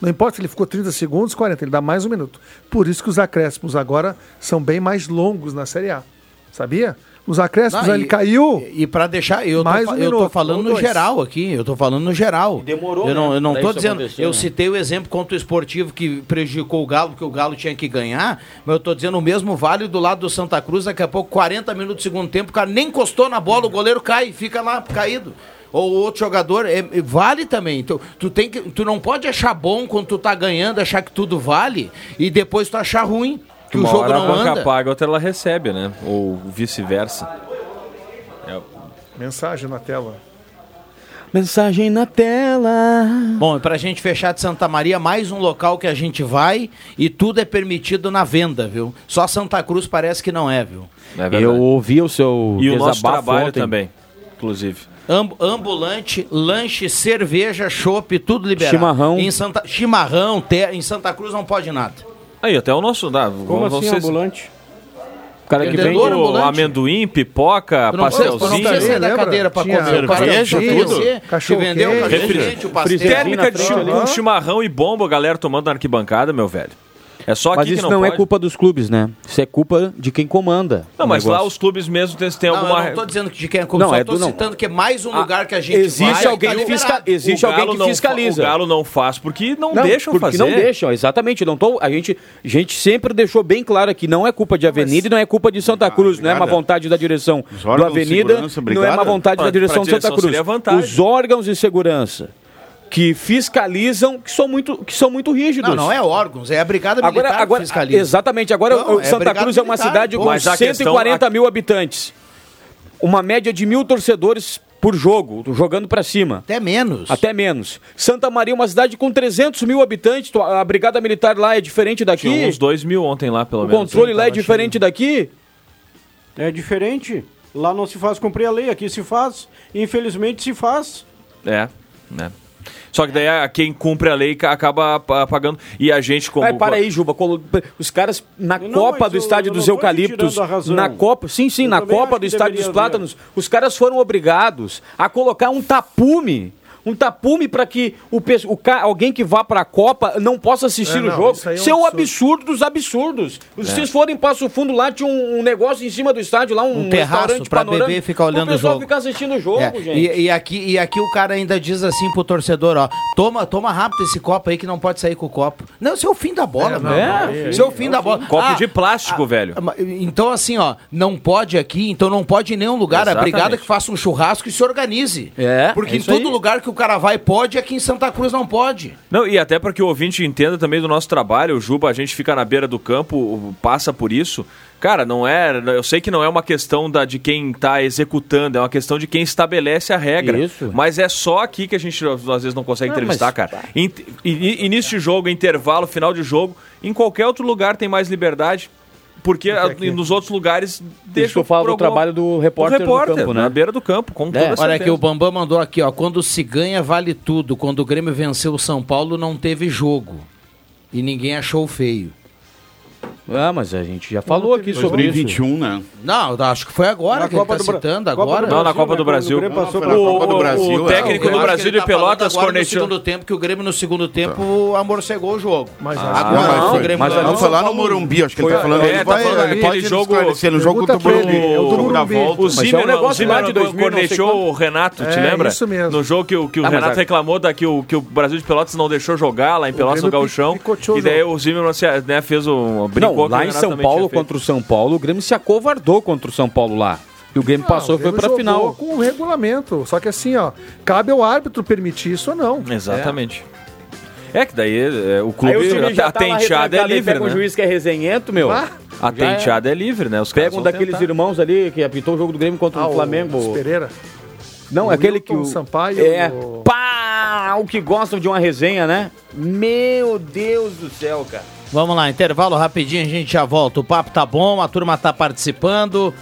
Não importa se ele ficou 30 segundos, 40, ele dá mais um minuto. Por isso que os acréscimos agora são bem mais longos na Série A. Sabia? Os acréscimos, Ah, Não, ele e- caiu. E, para deixar, eu, Mais tô, fa- um eu tô minuto, falando ou no dois. geral aqui, eu tô falando no geral. Demorou, Eu não, né, eu não pra tô isso dizendo, acontecer, eu né? citei o exemplo contra o esportivo que prejudicou o Galo, porque o Galo tinha que ganhar, mas eu tô dizendo o mesmo vale do lado do Santa Cruz, daqui a pouco 40 minutos do segundo tempo, o cara nem encostou na bola, o goleiro cai, fica lá caído. Ou outro jogador, é- é- vale também. Então, tu, tem que, tu não pode achar bom quando tu tá ganhando, achar que tudo vale, e depois tu achar ruim, que Uma o jogo hora a não banca anda. paga, outra ela recebe, né? Ou vice-versa. Mensagem na tela. Mensagem na tela. Bom, e pra gente fechar de Santa Maria, mais um local que a gente vai e tudo é permitido na venda, viu? Só Santa Cruz parece que não é, viu? É verdade. Eu ouvi o seu E o nosso desabafo trabalho ontem. também, inclusive. Am- ambulante, lanche, cerveja, chopp, tudo liberado. Chimarrão. Em Santa, chimarrão, te- em Santa Cruz não pode nada. Aí, até o nosso. Ah, Como vamos- assim, vocês- ambulante? cara que vende. Vendedor Pô, ambulante. amendoim, pipoca, Tu não precisa, tu não pastelzinho. precisa sair da lembra? tá cadeira pra Tinha comer. O cara cerveja, oferecer, tudo. Te Cachorro vendeu o quente. refrigerante, o pastel. Térmica de frente chi- ali. com chimarrão e bomba, a galera tomando na arquibancada, meu velho. É só Mas aqui isso que não, não, é pode. culpa dos clubes, né? Isso é culpa de quem comanda. Não, o mas lá negócio. os clubes mesmo têm, têm Não, alguma... eu não tô dizendo que de quem é clube, Não, só é tô do- não. Ah, citando que é mais um lugar que a gente vai, Existe e alguém tá que liberado. fisca... Existe O alguém Galo que não fa- fiscaliza. O Galo não faz porque não, Não, deixam porque fazer. não deixam, exatamente. Não tô, a, gente, a gente sempre deixou bem claro que não é culpa de Avenida e não é culpa de Santa Cruz. Não é uma obrigada. vontade da direção Os do órgãos de Avenida, segurança, não é uma obrigada. vontade Pra- da direção de pra Santa direção Cruz. seria vantagem. Os órgãos de segurança que fiscalizam, que são muito, que são muito rígidos. Não, não é órgãos, é a brigada militar Agora, agora, agora, fiscaliza. exatamente. Agora, Não, o- é Santa brigada Cruz é uma militar, cidade com mas a questão- 140 mil habitantes. Uma média de mil torcedores por jogo, jogando pra cima. Até menos. Até menos. Santa Maria é uma cidade com 300 mil habitantes. tu- A brigada militar lá é diferente daqui. Tinha uns dois mil ontem lá, pelo O menos. controle né? lá é Tava diferente daqui. É diferente. Lá não se faz cumprir a lei, aqui se faz. Infelizmente se faz. cheio. É, né? Só que daí a- quem cumpre a lei ca- acaba pa- pagando. E a gente, como. Vai, para aí, Juba. colo- Os caras na Não, Copa mas do eu- Estádio eu dos não tô te Eucaliptos, tirando a razão. na Copa, sim, sim, Eu na também Copa acho do que Estádio dos deveria Plátanos, os caras foram obrigados a colocar um tapume, um tapume para que o, pe- o ca- alguém que vá para a Copa não possa assistir É, o não, jogo. isso aí é um Isso é um absurdo. absurdo dos absurdos. Vocês forem em Passo Fundo lá tinha um, um negócio em cima do estádio lá, um, Um terraço restaurante pra panorâmico, beber e ficar olhando pro o pessoal jogo. ficar assistindo o jogo, É, gente. E, e aqui, e aqui o cara ainda diz assim pro torcedor, ó, toma, toma rápido esse copo aí que não pode sair com o copo. Não, isso é o fim da bola, mano. Isso é o fim da bola. Copo Ah, de plástico, velho. ma- Então, assim, ó, não pode aqui, então não pode em nenhum lugar. A Exatamente. brigada que faça um churrasco e se organize. É, Porque é em isso todo aí. lugar que o cara vai pode, aqui em Santa Cruz não pode. Não, e até para que o ouvinte entenda também do nosso trabalho, o Juba, a gente fica na beira do campo, o- passa por isso. Cara, não é. Eu sei que não é uma questão da, de quem tá executando, é uma questão de quem estabelece a regra. Isso. Mas é só aqui que a gente às vezes não consegue Ah, entrevistar, mas- cara. In- i- início de jogo, intervalo, final de jogo. Em qualquer outro lugar tem mais liberdade. Porque a- nos outros lugares deixa eu falo do trabalho do repórter no campo, né? é Na beira do campo, É, com toda Olha certeza. aqui, o Bambam mandou aqui, ó. Quando se ganha, vale tudo. Quando o Grêmio venceu o São Paulo, não teve jogo. E ninguém achou feio. Ah, mas a gente já falou aqui sobre isso. 2021, né? Não, acho que foi agora Na que ele Copa tá do Bra- citando, Copa do agora. Não, na Copa né, do quando o Brasil. Grêmio passou Não, pela foi na Copa Copa do o- Brasil, o é. técnico Eu do acho que Brasil ele de tá falando Pelotas agora no corneteou. segundo tempo que o Grêmio no segundo Tá. tempo amorcegou o jogo. Ah, Mas Não, agora. Ah, mas não, foi, o Grêmio mas não não foi lá no Morumbi, acho que ele tá falando. é, ele tá vai- falando ele aquele pode nos jogo- esclarecer no jogo Pergunta do pra ele, é o do Bruno da Morumbi. volta. O Mas é um Zimmerman, o negócio lá Zimmerman de 2000, não sei cornechou quanto. o Renato, te É, lembra? isso mesmo. No jogo que, o- que o Ah, mas Renato a- reclamou da, que, o, que o Brasil de Pelotas não deixou jogar lá em Pelotas no Grêmio Gauchão. picoteou E o daí jogo. o Zimmerman se, né, fez um. brincou Não, que o lá em Renato São também tinha Paulo feito. contra o São Paulo, o Grêmio se acovardou contra o São Paulo lá. E o Grêmio passou e foi Grêmio pra jogou final. Com Ah, o regulamento. Só que assim, ó, cabe ao árbitro permitir isso ou não. Exatamente. É. que daí é, o clube. time a tá lá tenteada é retrancado, aí livre, pega um né? juiz que é resenhento, meu. Ah, A tenteada é livre, né? Os caras Pega um vão daqueles tentar. irmãos ali que apitou o jogo do Grêmio contra ah, o Luiz Flamengo. Pereira. Não, é o aquele que o Wilton Sampaio, É, o- pá, o que gostam de uma resenha, né? Meu Deus do céu, cara. Vamos lá, intervalo rapidinho, a gente já volta. O papo tá bom, a turma tá participando.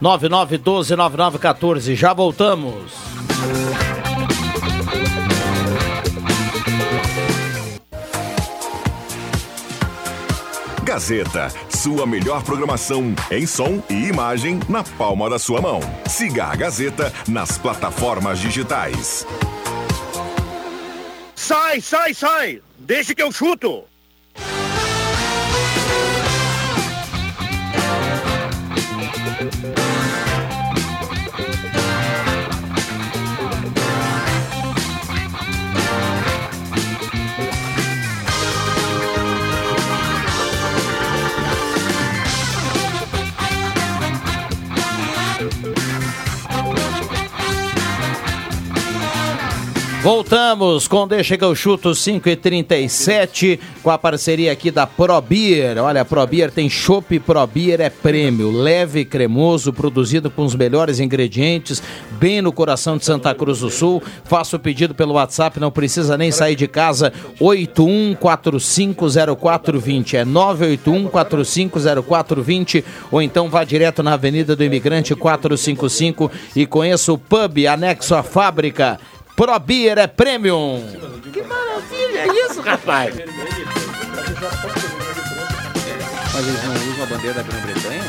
99129914, já voltamos. Gazeta, sua melhor programação em som e imagem na palma da sua mão. Siga a Gazeta nas plataformas digitais. Sai, sai, sai! Deixa que eu chuto! Voltamos com Deixa que eu chuto 5 e 37 com a parceria aqui da ProBeer. Olha, a ProBeer tem chopp ProBeer é prêmio, leve e cremoso, produzido com os melhores ingredientes, bem no coração de Santa Cruz do Sul. Faça o pedido pelo WhatsApp, não precisa nem sair de casa. 81450420 é 981450420 ou então vá direto na Avenida do Imigrante 455 e conheça o pub anexo à fábrica. ProBeer é Premium. Que maravilha é isso, rapaz? Mas eles não usam a bandeira da Grã-Bretanha?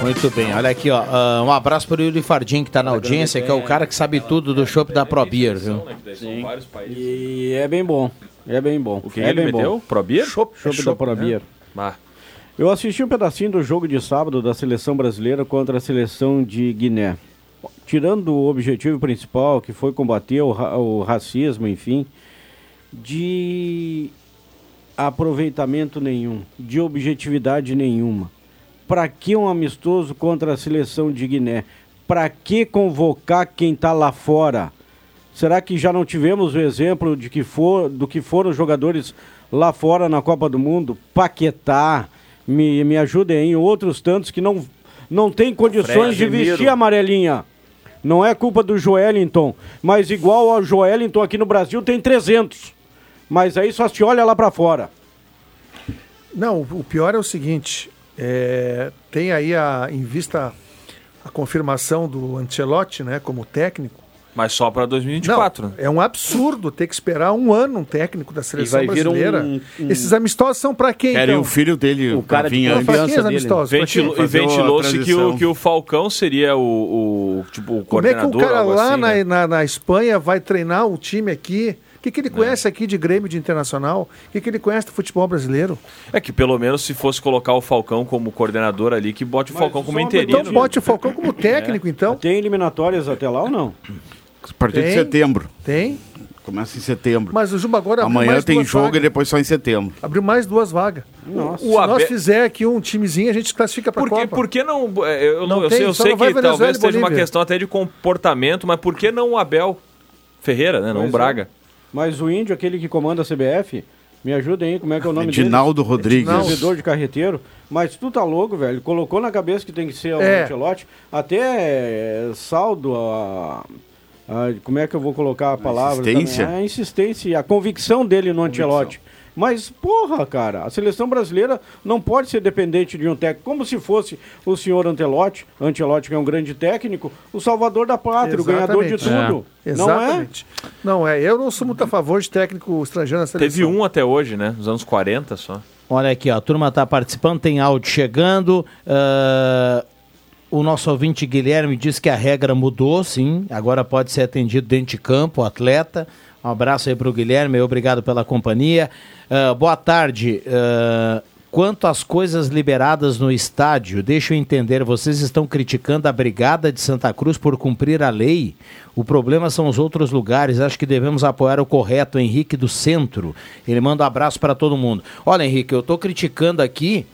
Muito bem, olha aqui, ó. ah, Um abraço pro Yuri Fardim, que tá na audiência, que é o cara que sabe tudo do chopp da ProBeer, viu? São vários países. E é bem bom. É bem bom. O que é ele bem me deu? bom. Pro beer? Chopp, chopp né? da Porabia. Ah, Eu assisti um pedacinho do jogo de sábado da seleção brasileira contra a seleção de Guiné. Tirando o objetivo principal, que foi combater o, ra- o racismo, enfim, de aproveitamento nenhum, de objetividade nenhuma. Para que um amistoso contra a seleção de Guiné? Para que convocar quem está lá fora? Será que já não tivemos o exemplo de que for, do que foram os jogadores lá fora na Copa do Mundo? Paquetá, me, me ajudem aí, outros tantos que não, não têm condições de Casemiro. vestir a amarelinha. Não é culpa do Joelinton, mas igual ao Joelinton aqui no Brasil tem 300. Mas aí só se olha lá para fora. Não, o pior é o seguinte: é, tem aí a, em vista a confirmação do Ancelotti, né, como técnico. Mas só pra 2024, Não, né? É um absurdo ter que esperar um ano um técnico da seleção vai vir um- brasileira. um- Esses amistosos são para quem? Era então? o filho dele, o cara de vinha Pra quem confiança esses dele. amistosos? Pra Ventilou- quem? e Tipo assim, Fazer uma ventilou-se que o, transição. que o Falcão seria o, o, tipo, o Como é que coordenador. o cara algo lá assim, na, né? na, na Espanha vai treinar o time aqui? O que, que ele conhece aqui de Grêmio de Internacional? O que, que ele conhece do futebol brasileiro? É que pelo menos se fosse colocar o Falcão como coordenador ali, que bote o Falcão um como interino. Então bote o Falcão como técnico, então. Tem eliminatórias até lá ou não? A partir de Tem. setembro. Tem. Começa em setembro. Mas o Juba agora abriu Amanhã mais tem duas jogo vagas. e depois só em setembro. Abriu mais duas vagas. Nossa. Então, Se O nós Abe- fizer aqui um timezinho, a gente se classifica para a Por que, Copa. por que não. é, Eu, não, Não eu tem, sei, eu só sei não vai que Venezuela talvez e seja uma Bolívia. questão até de comportamento, mas por que não o Abel Ferreira, né? Não o Pois é. Braga. Mas o índio, aquele que comanda a CBF, me ajudem aí, como é que é o nome Edinaldo dele? Rodrigues. Servidor de carreteiro. Mas tu tá louco, velho. Colocou na cabeça que tem que ser o É. Ancelotti. Até é, saldo a, a- Como é que eu vou colocar a palavra? insistência? também? A insistência e a convicção dele no Ancelotti. Mas, porra, cara, a seleção brasileira não pode ser dependente de um técnico. Como se fosse o senhor Antelote, Antelote que é um grande técnico, o salvador da pátria, o ganhador de Exatamente. tudo. Não é? Exatamente. Não é. Eu não sou muito a favor de técnico estrangeiro na seleção. Teve um até hoje, né? Nos anos 40 só. Olha aqui, ó, a turma tá participando, tem áudio chegando. ah, o nosso ouvinte Guilherme diz que a regra mudou, sim. Agora pode ser atendido dentro de campo, o atleta. Um abraço aí pro Guilherme, obrigado pela companhia. Ah, boa tarde. ah, quanto às coisas liberadas no estádio, deixa eu entender, vocês estão criticando a Brigada de Santa Cruz por cumprir a lei? O problema são os outros lugares. Acho que devemos apoiar o correto, Henrique do Centro. Ele manda um abraço para todo mundo. Olha, Henrique, eu tô criticando aqui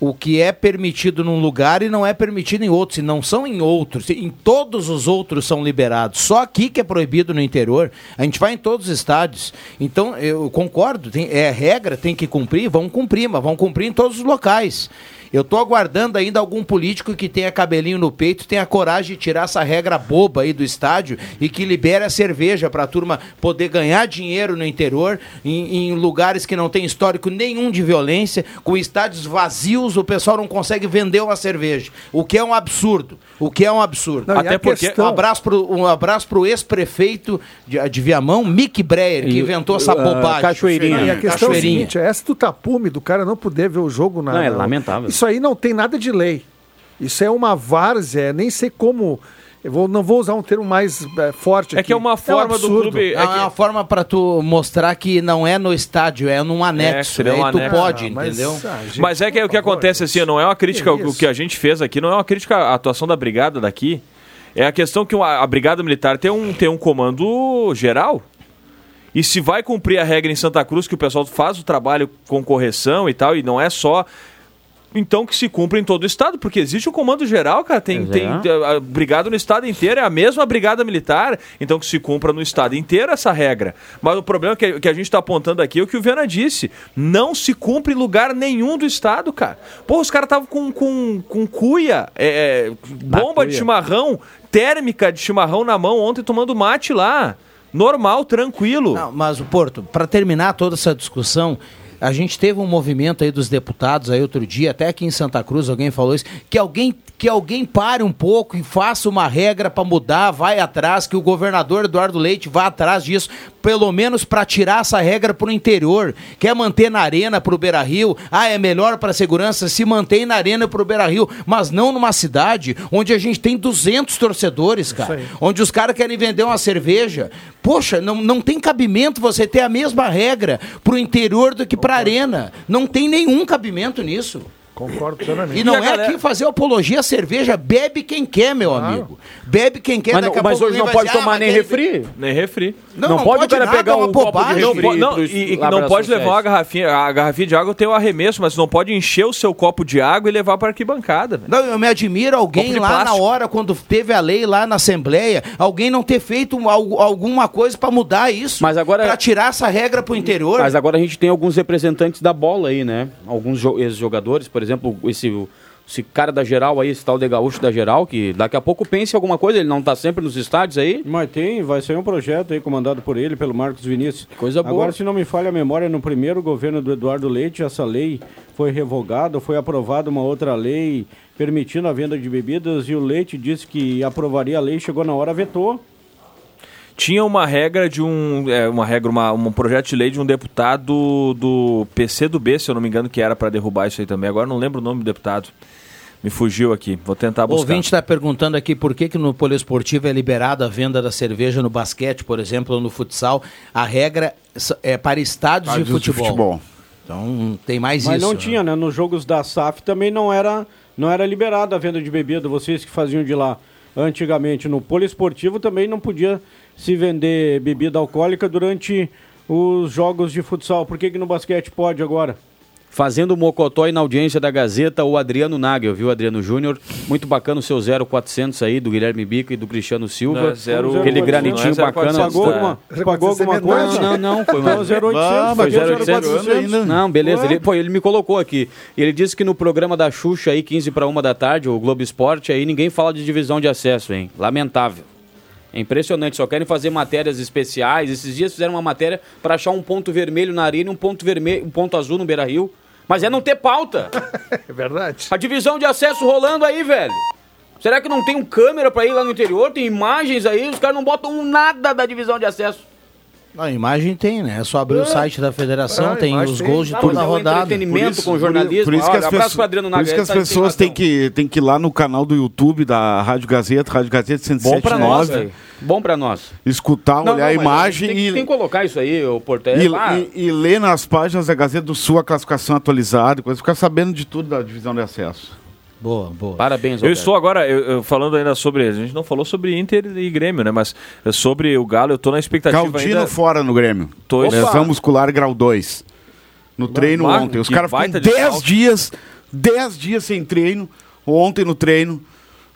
o que é permitido num lugar e não é permitido em outros, e não são em outros, em todos os outros são liberados, só aqui que é proibido no interior, a gente vai em todos os estádios, então eu concordo, tem- é regra, tem que cumprir, vamos cumprir, mas vamos cumprir em todos os locais. Eu tô aguardando ainda algum político que tenha cabelinho no peito, tenha coragem de tirar essa regra boba aí do estádio e que libere a cerveja pra turma poder ganhar dinheiro no interior, em, em lugares que não tem histórico nenhum de violência, com estádios vazios, o pessoal não consegue vender uma cerveja. O que é um absurdo. O que é um absurdo. Não, e Até a porque- questão- Um abraço pro, um abraço pro ex-prefeito de, de Viamão, Mick Breyer, que E- inventou essa ah, bobagem. Cachoeirinha. Não, e a questão é o Cachoeirinha. seguinte, é essa do tapume do cara não poder ver o jogo na. Não, é na- lamentável. Isso aí não tem nada de lei. Isso é uma várzea, nem sei como. Eu vou, não vou usar um termo mais eh, forte É que é uma forma do absurdo. clube. Não, é, uma forma pra tu mostrar que não é no estádio, é num anexo. seria né? um Aí tu anexo. pode, Ah, mas, entendeu? ah, gente, Mas é que é o que por favor, acontece assim, não é uma crítica, o que a gente fez aqui não é uma crítica à atuação da brigada daqui. É a questão que uma- a brigada militar tem um, tem um comando geral. E se vai cumprir a regra em Santa Cruz, que o pessoal faz o trabalho com correção e tal, e não é só. Então que se cumpra em todo o estado, porque existe o comando geral, cara. Tem, Pois tem é. a- a brigada no estado inteiro, é a mesma brigada militar, então que se cumpra no estado inteiro essa regra. Mas o problema que, que a gente está apontando aqui é o que o Viana disse: não se cumpre em lugar nenhum do estado, cara. Porra, os caras estavam com, com, com cuia, é, é, bomba de chimarrão, térmica de chimarrão na mão ontem tomando mate lá. Normal, tranquilo. Não, mas o Porto, para terminar toda essa discussão, A gente teve um movimento aí dos deputados aí outro dia, até aqui em Santa Cruz alguém falou isso, que alguém que alguém pare um pouco e faça uma regra para mudar, vai atrás, que o governador Eduardo Leite vá atrás disso, pelo menos para tirar essa regra pro interior. Quer manter na arena pro Beira Rio? Ah, é melhor para segurança se mantém na arena pro Beira Rio, mas não numa cidade onde a gente tem 200 torcedores, cara. Onde os caras querem vender uma cerveja. Poxa, não, não tem cabimento você ter a mesma regra pro interior do que pra arena. Não tem nenhum cabimento nisso. Concordo E plenamente. não E a é galera- aqui fazer apologia à cerveja, bebe quem quer, meu amigo. Bebe quem quer, Mas, daqui não- a mas pouco alguém hoje não vai pode dizer, ah, tomar mas nem aquele- refri. Nem refri. Não, Não, não pode o pode cara nada, é pegar uma um copo de bobagem. Não, refri. po- não, pros e, e lá não pra pode São levar uma Sérgio. garrafinha. A garrafinha de água tem o arremesso, mas não pode encher o seu copo de água e levar para arquibancada. velho. Não, eu me admiro alguém Copo de lá na plástico. hora, quando teve a lei lá na Assembleia, alguém não ter feito um- al- alguma coisa pra mudar isso. Mas agora- é- Pra tirar essa regra pro interior. Mas agora a gente tem alguns representantes da bola aí, né? Alguns jo- ex-jogadores, por exemplo, esse, esse cara da geral aí, esse tal de gaúcho da geral, que daqui a pouco pensa em alguma coisa, ele não tá sempre nos estádios aí. Mas tem, vai sair um projeto aí comandado por ele, pelo Marcos Vinícius. Coisa boa. Agora, se não me falha a memória, no primeiro governo do Eduardo Leite, essa lei foi revogada, foi aprovada uma outra lei permitindo a venda de bebidas e o Leite disse que aprovaria a lei, chegou na hora, vetou. Tinha uma regra de um. é, uma regra, uma, um projeto de lei de um deputado do PC do B, se eu não me engano, que era para derrubar isso aí também. Agora não lembro o nome do deputado. Me fugiu aqui. Vou tentar O buscar. ouvinte está perguntando aqui por que, que no poliesportivo é liberada a venda da cerveja no basquete, por exemplo, ou no futsal. A regra é para estádios de Estádios de futebol. futebol. Então tem mais Mas isso. não né? tinha, né? Nos jogos da SAF também não era, não era liberada a venda de bebida, vocês que faziam de lá antigamente. No poliesportivo também não podia se vender bebida alcoólica durante os jogos de futsal. Por que, que no basquete pode agora? Fazendo mocotó aí na audiência da Gazeta, o Adriano Nagel, viu, Adriano Júnior? Muito bacana o seu 0400 aí, do Guilherme Bico e do Cristiano Silva. Não, é zero- Aquele não é granitinho 0400, bacana. tá? Pagou alguma, pagou alguma coisa? Não, não, foi Então, mais. 0800, Foi porque 0800. 0400. Não, beleza. Ele, pô, ele me colocou aqui. Ele disse que no programa da Xuxa aí, 15 para uma da tarde, o Globo Esporte, aí ninguém fala de divisão de acesso, hein? Lamentável. É impressionante, só querem fazer matérias especiais. Esses dias fizeram uma matéria para achar um ponto vermelho na arena e um ponto, vermelho, um ponto azul no Beira Rio. Mas é não ter pauta. É verdade. A divisão de acesso rolando aí, velho. Será que não tem um câmera pra ir lá no interior? Tem imagens aí, os caras não botam nada da divisão de acesso. A imagem tem, né? É só abrir o site da federação, Ah, tem imagem os tem. gols de Não, toda mas a é um rodada. entretenimento com por i- jornalismo. Por isso que Olha, as, abraço pessoas- pro Adriano por isso Nagel, que as tá sem pessoas razão. têm que, têm que ir lá no canal do YouTube da Rádio Gazeta, Rádio Gazeta Bom pra nós, 1079, velho. Bom pra nós. escutar, Não, olhar não, a mas imagem tem, que- e, Tem que colocar isso aí, o É, Portela. É e, e- e ler nas páginas da Gazeta do Sul a classificação atualizada, coisa, ficar sabendo de tudo da divisão de acesso. Boa, boa. Parabéns, Eu Alberto. estou agora eu- eu falando ainda sobre. A gente não falou sobre Inter e Grêmio, né? Mas é, sobre o Galo, eu tô na expectativa Caldino É, ainda. fora no Grêmio. Tô- Lesão muscular grau 2. No treino Mar- ontem. Os que caras ficam baita de 10 salto. dias, 10 dias sem treino. Ontem no treino.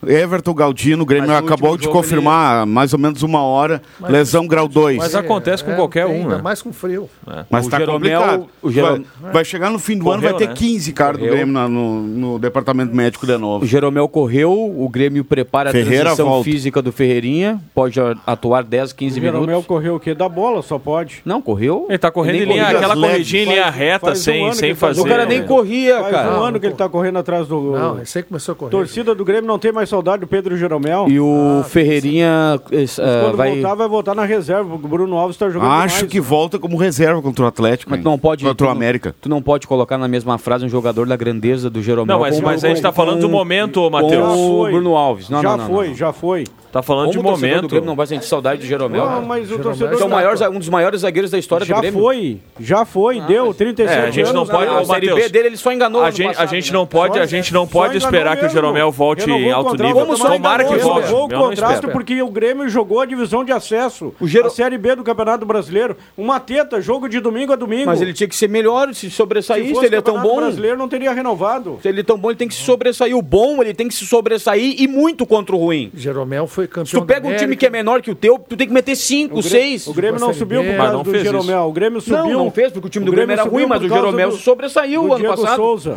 Everton Galdino, o Grêmio Mas no acabou último de jogo confirmar há mais ou menos uma hora, lesão grau 2. Mas acontece com É, qualquer tem, um, ainda né? mais com frio. Mas O tá Jeromel- complicado. o Jerome- vai, vai chegar no fim do ano, é Correu, vai ter né? 15 caras do Correu. Grêmio na- no, no departamento médico de O novo. Jeromel correu, o Grêmio prepara a Ferreira transição volta. física do Ferreirinha. Pode a- atuar 10, 15 O Jeromel minutos. correu o quê? Da bola, só pode. Não, correu. Ele tá correndo nem em linha, corria. aquela As leves. corridinha em linha reta, faz um sem, ano que sem ele faz- fazer. O cara nem né? corria, Faz um É, cara. ano que ele tá correndo atrás do... Não, é recém começou a correr. Torcida do Grêmio não tem mais saudade do Pedro Jeromel. E o Ah, Ferreirinha eh, ah, Quando vai. voltar, vai voltar na reserva. O Bruno Alves tá jogando Acho demais. que volta como reserva contra o Atlético. Mas hein? tu não pode. Contra o tu não- América. Tu não pode colocar na mesma frase um jogador da grandeza do Jeromel. um Não, mas, com- mas a gente tá é? com- falando do momento, ô, Já Matheus. o foi. Bruno Alves. Não, já não, não, foi, não. já foi. Tá falando Como de o torcedor do momento. Grêmio não vai sentir saudade do Jeromel. Não, cara? mas o Então, Jeromel torcedor... tá- Que é o Não, maior, pô. um dos maiores zagueiros da história do Já Grêmio. foi, já foi, Ah, deu, 37 É, a gente não anos. pode- né? Ô, A Série B Matheus, dele ele só enganou A ano gente, a passado, gente né? não pode, a Só- gente não só pode enganou esperar que o mesmo. Jeromel volte Renovou em o alto contrato, nível. mas só Tomara que enganou, volte. Renovou Eu o não contrato espero. porque o Grêmio jogou a divisão de acesso. O Gero- A Série B do Campeonato Brasileiro, uma teta, jogo de domingo a domingo. Mas ele tinha que ser melhor, se sobressair, se, fosse ele é tão Campeonato bom. brasileiro não teria renovado. Se ele é tão bom, ele tem que se sobressair. O bom, ele tem que se sobressair e muito contra o ruim. Jeromel foi campeão. Se tu pega um time que é menor que o teu, tu tem que meter 5, O Grêmio- 6. O Grêmio não Mas subiu por não causa do fez isso. Jeromel. O Grêmio subiu. Não, não fez, porque o time do O Grêmio, era subiu ruim, mas por o causa Jeromel do- sobressaiu do ano Diego passado. Souza. É.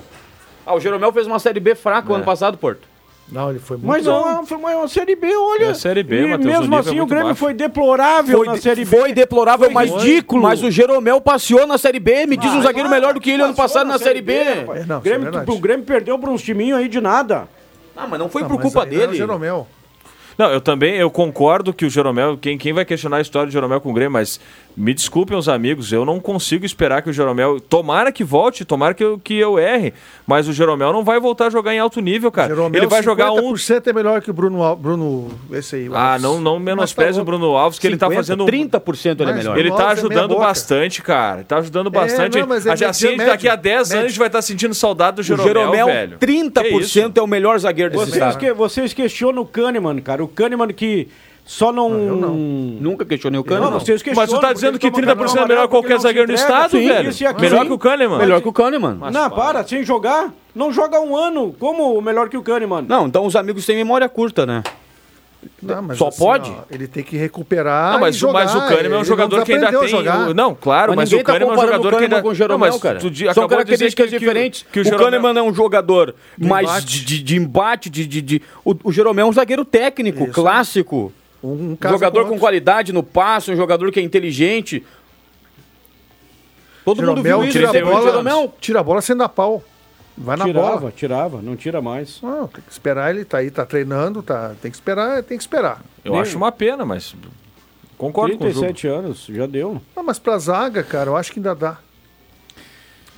Ah, o Jeromel fez uma Série B fraca o ano passado, Porto. Não, ele foi muito Mas bom. é uma, foi uma Série B, olha. É a Série B, e Matheus, o mesmo nível é assim o muito Grêmio baixo. foi deplorável Foi, na de- Série B. foi deplorável, mas, ridículo. mas o Jeromel passeou na Série B. Me diz um zagueiro melhor do que ele ano Passou passado na Série B. rapaz. É, não, isso é Grêmio, verdade. o Grêmio perdeu para uns timinhos aí de nada. Ah, mas não foi Não, por mas culpa aí não era o dele. Jeromel. Não, eu também eu concordo que o Jeromel, quem, quem vai questionar a história do Jeromel com o Grêmio, mas me desculpem os amigos, eu não consigo esperar que o Jeromel, tomara que volte, tomara que eu, que eu erre, mas o Jeromel não vai voltar a jogar em alto nível, cara. Jeromel, ele vai jogar um 50% é melhor que o Bruno, Al- Bruno esse aí. Ah, não, não menospreze bom. o Bruno Alves, que ele tá 50, fazendo um 30% ele é Mas- melhor. Ele Nós tá é meia ajudando boca. bastante, cara. Tá ajudando bastante. não, mas é a Jacine médio, daqui a 10 médio. anos vai estar sentindo saudade do O Jeromel, Jeromel, velho. Que isso? 30% é o melhor zagueiro desse Vocês, estado. que- vocês questionam o Kahneman, cara. O Kahneman que só não. Nunca questionei o Não, Kahneman. não. vocês questionam. Mas tu tá porque dizendo que toma 30% é cartão melhor amarelo que qualquer porque não se zagueiro no entrega, estado, sim, velho. isso e aquilo. Melhor Sim. que o Kahneman. é assim. Melhor que o Kahneman. Não, para, sem jogar. Não joga há um ano. Como o melhor que o Kahneman? Não, então os amigos têm memória curta, né? Não, mas assim, Só pode? ele tem que recuperar. Não, mas, e o- jogar. mas o Kahneman é Ele um não jogador que ainda aprendeu a tem. jogar. o- Não, claro, mas, o ninguém tá Kahneman é um comparando o jogador que Kahneman ainda. com o não, Jeromel, mas cara. tu di- São acabou de dizer características que- que o- diferentes. Que o o, Jeromel- Kahneman é um jogador mais embate. de, de- de embate, de, de, de- O, o Jeromel é um zagueiro técnico, clássico. Um, um Um caso jogador com, outro. qualidade no passe, um jogador que é inteligente. Todo Jeromel mundo viu tira isso. a né? O bola, Jeromel tira a bola sendo a pau. Vai na tirava, bola. tirava. Não tira mais. Não, tem que esperar ele tá aí, tá treinando, tá, tem que esperar, tem que esperar. Eu acho uma pena, mas. Concordo com o jogo. 37 anos, já deu. Não, mas pra zaga, cara, eu acho que ainda dá.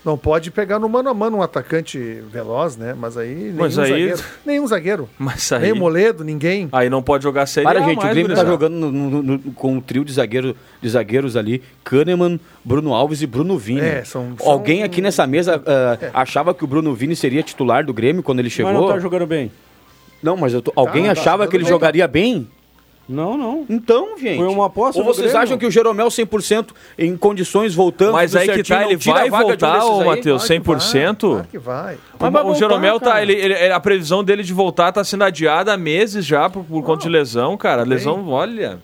Não pode pegar no mano a mano um atacante veloz, né? Mas aí nenhum Mas aí- zagueiro. Nenhum zagueiro. Mas Nem aí. o Moledo, ninguém. Aí não pode jogar a série Para, A gente, é mais, o Grêmio tá gurizada. jogando no- no- no- com um trio de, zagueiro, de zagueiros ali, Kahneman, Bruno Alves e Bruno Vini. É, são- são- É. Alguém aqui nessa mesa ah, achava que o Bruno Vini seria titular do Grêmio quando ele chegou? Mas não tá jogando bem. Não, mas eu tô- alguém Tá, tá achava jogando que ele bem. jogaria bem? Não, não. Então, gente. Foi uma aposta Ou do vocês Grêmio. acham que o Jeromel 100% em condições voltando? Mas tudo aí que certinho, tá, não ele tira a vai vaga de um voltar, desses ô aí? Matheus, Claro que vai, 100%. Claro que vai. Mas o, vai o voltar, Jeromel tá. cara. Ele, ele- a previsão dele de voltar tá sendo adiada há meses já por, por conta de lesão, cara. Lesão, olha.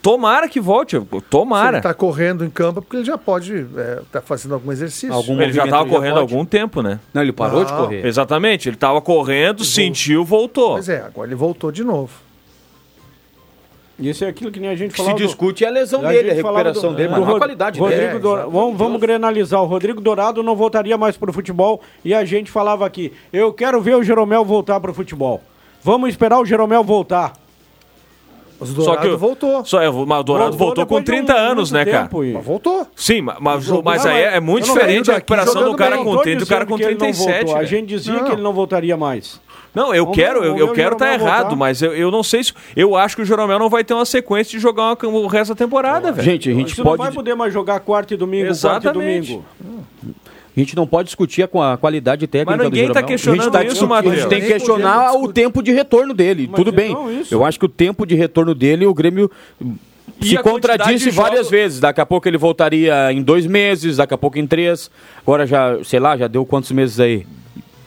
Tomara que volte, eu- Se ele tomara. tá correndo em campo, é porque ele já pode é, tá fazendo algum exercício. Algum Ele já movimento tava ele correndo há pode. algum tempo, né? Não, ele parou de Não. É. correr. Exatamente, ele tava correndo, sentiu, voltou. Pois é, agora ele voltou de novo. Isso é aquilo que nem a gente O que se falava. do- discute é a lesão a dele, a gente falava recuperação do- dele, do mas não a Rod- qualidade Rodrigo dele. é Dourado- vamos, vamos granalizar. O Rodrigo Dourado não voltaria mais pro futebol e a gente falava aqui, eu quero ver o Jeromel voltar pro futebol. Vamos esperar o Jeromel voltar. Mas o Dourado o- voltou. Só, é, mas o Dourado voltou, com depois de 30 um- anos, né, muito cara? tempo e- Mas voltou. Sim, ma- mas, Jogou. mas Não, aí é, mas é muito eu não saí diferente a daqui recuperação do jogando cara bem. com Não tô 30 e do cara com dizendo que ele não 37. voltou. A velho. gente dizia que ele não voltaria mais. Não, eu Vamos quero, ver, eu, vamos eu ver o quero estar Jeromel errado, voltar. mas eu, eu não sei se. Eu acho que o Jeromel não vai ter uma sequência de jogar uma- o resto da temporada, velho. Gente, a gente Você não pode vai poder mais jogar quarta e domingo, quarta e Exatamente. domingo. A gente não pode discutir com a qualidade técnica Mas ninguém do tá Jeromel. questionando a gente tá isso, discutindo, A Matheus. gente tem que Nem questionar podemos o tempo de retorno dele. Mas Tudo é bem. então não isso. Eu acho que o tempo de retorno dele, o Grêmio E se a quantidade de contradisse várias jogos- vezes. Daqui a pouco ele voltaria em dois meses, daqui a pouco em três. Agora já, sei lá, já deu quantos meses aí?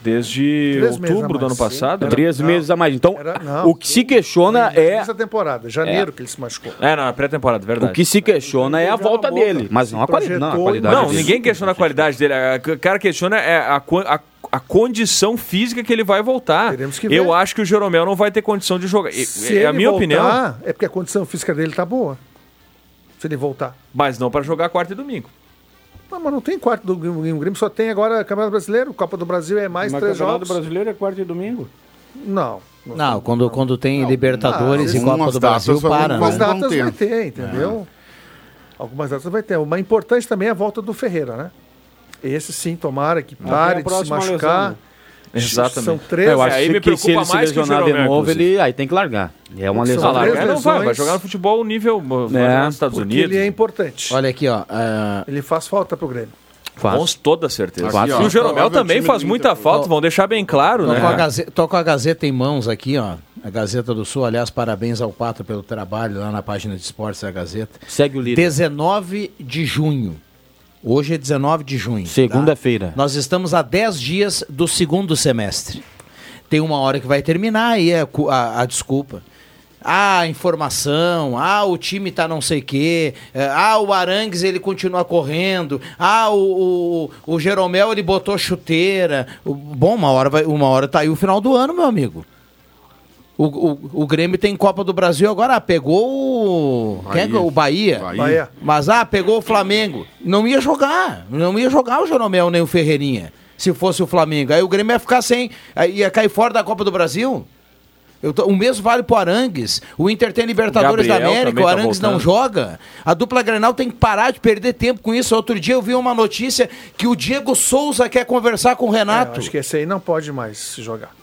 Desde Três meses a outubro do ano mais, sim. passado. né? três meses a mais. Então, Era- não. o que se questiona é. Essa temporada, janeiro que ele se machucou. É, não, é pré-temporada, O verdade. que se questiona é a volta dele. Mas não a, quali não, a projetou- qualidade Não, dele. ninguém questiona a qualidade dele. A- O cara questiona é a, co- a- a condição física que ele vai voltar. Teremos que ver. Eu acho que o Jeromel não vai ter condição de jogar. E- Se é a ele minha voltar, opinião, É porque a condição física dele tá boa. Se ele voltar. mas não para jogar quarta e domingo. Não, mas não tem quarto do Grêmio. O Grêmio só tem agora Campeonato Brasileiro, Copa do Brasil é mais Mas três Campeonato jogos. Brasileiro é quarta e domingo. Não. Não, quando, quando tem Libertadores ah, e Copa algumas do Brasil, datas vão- para. vão- Algumas Né? Não datas tem. vai ter, entendeu? É. Algumas datas vai ter. Uma importante também é a volta do Ferreira, né? Esse sim, tomara que Até pare a de se próxima machucar. lesão, né? São Exatamente. três. Eu Aí acho me que se preocupa ele se mais que o lesionar de Jeromel, novo, ele, aí tem que largar. É uma Porque são Ah, lesão. três largar não vai, vai lesões. jogar no futebol nível vai É, jogar nos Estados porque Unidos. ele é importante. Olha aqui, ó. ah, Ele faz falta pro Grêmio. Com toda certeza. Aqui, ó, e o Jeromel provável também time faz do muita Inter. falta, vão deixar bem claro, Tô né? com, É. a Gazeta, tô com a Gazeta em mãos aqui, ó. A Gazeta do Sul, aliás, parabéns ao Pato pelo trabalho lá na página de esportes da Gazeta. Segue o líder. 19 de junho. Hoje é 19 de junho. tá? Segunda-feira. Nós estamos a 10 dias do segundo semestre. Tem uma hora que vai terminar e é cu- a, a desculpa. Ah, informação, ah, o time tá não sei o quê, eh, ah, o Arangues ele continua correndo, ah, o, o, o Jeromel ele botou chuteira. O- Bom, uma hora, vai, uma hora tá aí o final do ano, meu amigo. O, o, o Grêmio tem Copa do Brasil agora, ah, pegou o. Quem é que é o Bahia? Bahia. Mas ah, pegou o Flamengo. Não ia jogar. Não ia jogar o Jeromel nem o Ferreirinha. Se fosse o Flamengo. Aí o Grêmio ia ficar sem. aí Ia cair fora da Copa do Brasil. Eu tô- o mesmo vale pro Arangues. O Inter tem Libertadores da Gabriel América, também o tá Arangues não voltando. joga. A dupla Grenal tem que parar de perder tempo com isso. Outro dia eu vi uma notícia que o Diego Souza quer conversar com o É, Renato. acho que esse aí não pode mais se jogar.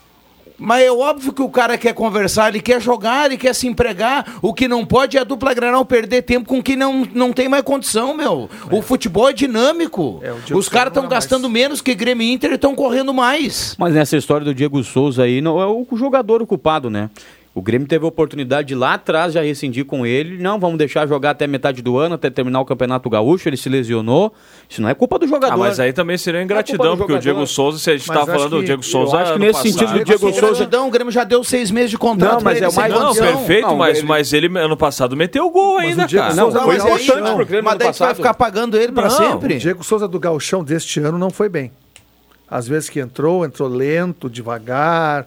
Mas é óbvio que o cara quer conversar, ele quer jogar, ele quer se empregar. O que não pode é a dupla Granal perder tempo com quem não, não tem mais condição, meu. O futebol é dinâmico. É, o Diego Os caras Souza estão não é mais. gastando menos que Grêmio e Inter e estão correndo mais. Mas nessa história do Diego Souza aí, não é o jogador o culpado, né? O Grêmio teve a oportunidade de lá atrás já rescindir com ele. Não, vamos deixar jogar até metade do ano, até terminar o Campeonato Gaúcho. Ele se lesionou. Isso não é culpa do jogador. Ah, mas aí também seria É culpa ingratidão, do porque o jogador. Diego Souza, se a gente Mas estava acho falando do que- Diego eu Souza. acho que ano nesse sentido passado- do Diego Sem Souza- gratidão, o Grêmio já deu seis meses de contrato. Não, pra mas ele, é sem mais Não, condição. perfeito, Não, mas, ele- mas ele ano passado meteu gol ainda, Diego cara. Não, Souza foi mas aí- importante não. pro Grêmio Mas no daí tu vai passado. ficar pagando ele pra Não, O sempre. Diego Souza do Gauchão deste ano não foi bem. Às vezes que entrou, entrou lento, devagar.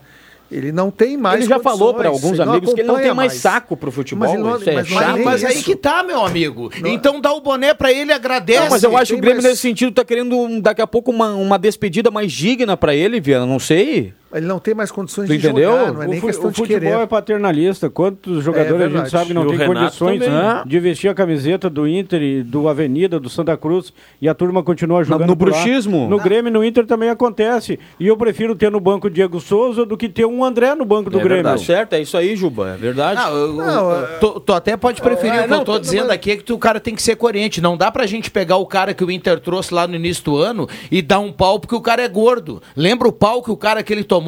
Ele não tem mais. Ele já falou pra condições, alguns não amigos que ele não acompanha tem mais saco pro futebol, Mas ele não- isso é mas não chato. nem Mas aí isso. que tá, meu amigo. Então dá o boné pra ele, agradece. Não, mas eu acho que o tem Grêmio, mais- nesse sentido, tá querendo um- daqui a pouco uma, uma despedida mais digna pra ele, Viana. Não sei. Ele não tem mais condições Tu de entendeu? jogar, não é o nem fu- questão o de futebol querer. É é paternalista. Quantos jogadores a verdade. gente sabe que E não o tem Renato condições também, né? de vestir a camiseta do Inter, e do Avenida, do Santa Cruz e a turma continua jogando no por lá. bruxismo. No Grêmio, e no Inter também acontece. E eu prefiro ter no banco o Diego Souza do que ter um André no banco do É Grêmio. verdade. Tá certo, é isso aí, Juba. É verdade. Não, eu- Não, eu- tu, tu até É, pode preferir o que eu tô dizendo aqui, é que tu, o cara tem que ser coerente. Não dá pra gente pegar o cara que o Inter trouxe lá no início do ano e dar um pau porque o cara é gordo. Lembra o pau que o cara que ele tomou?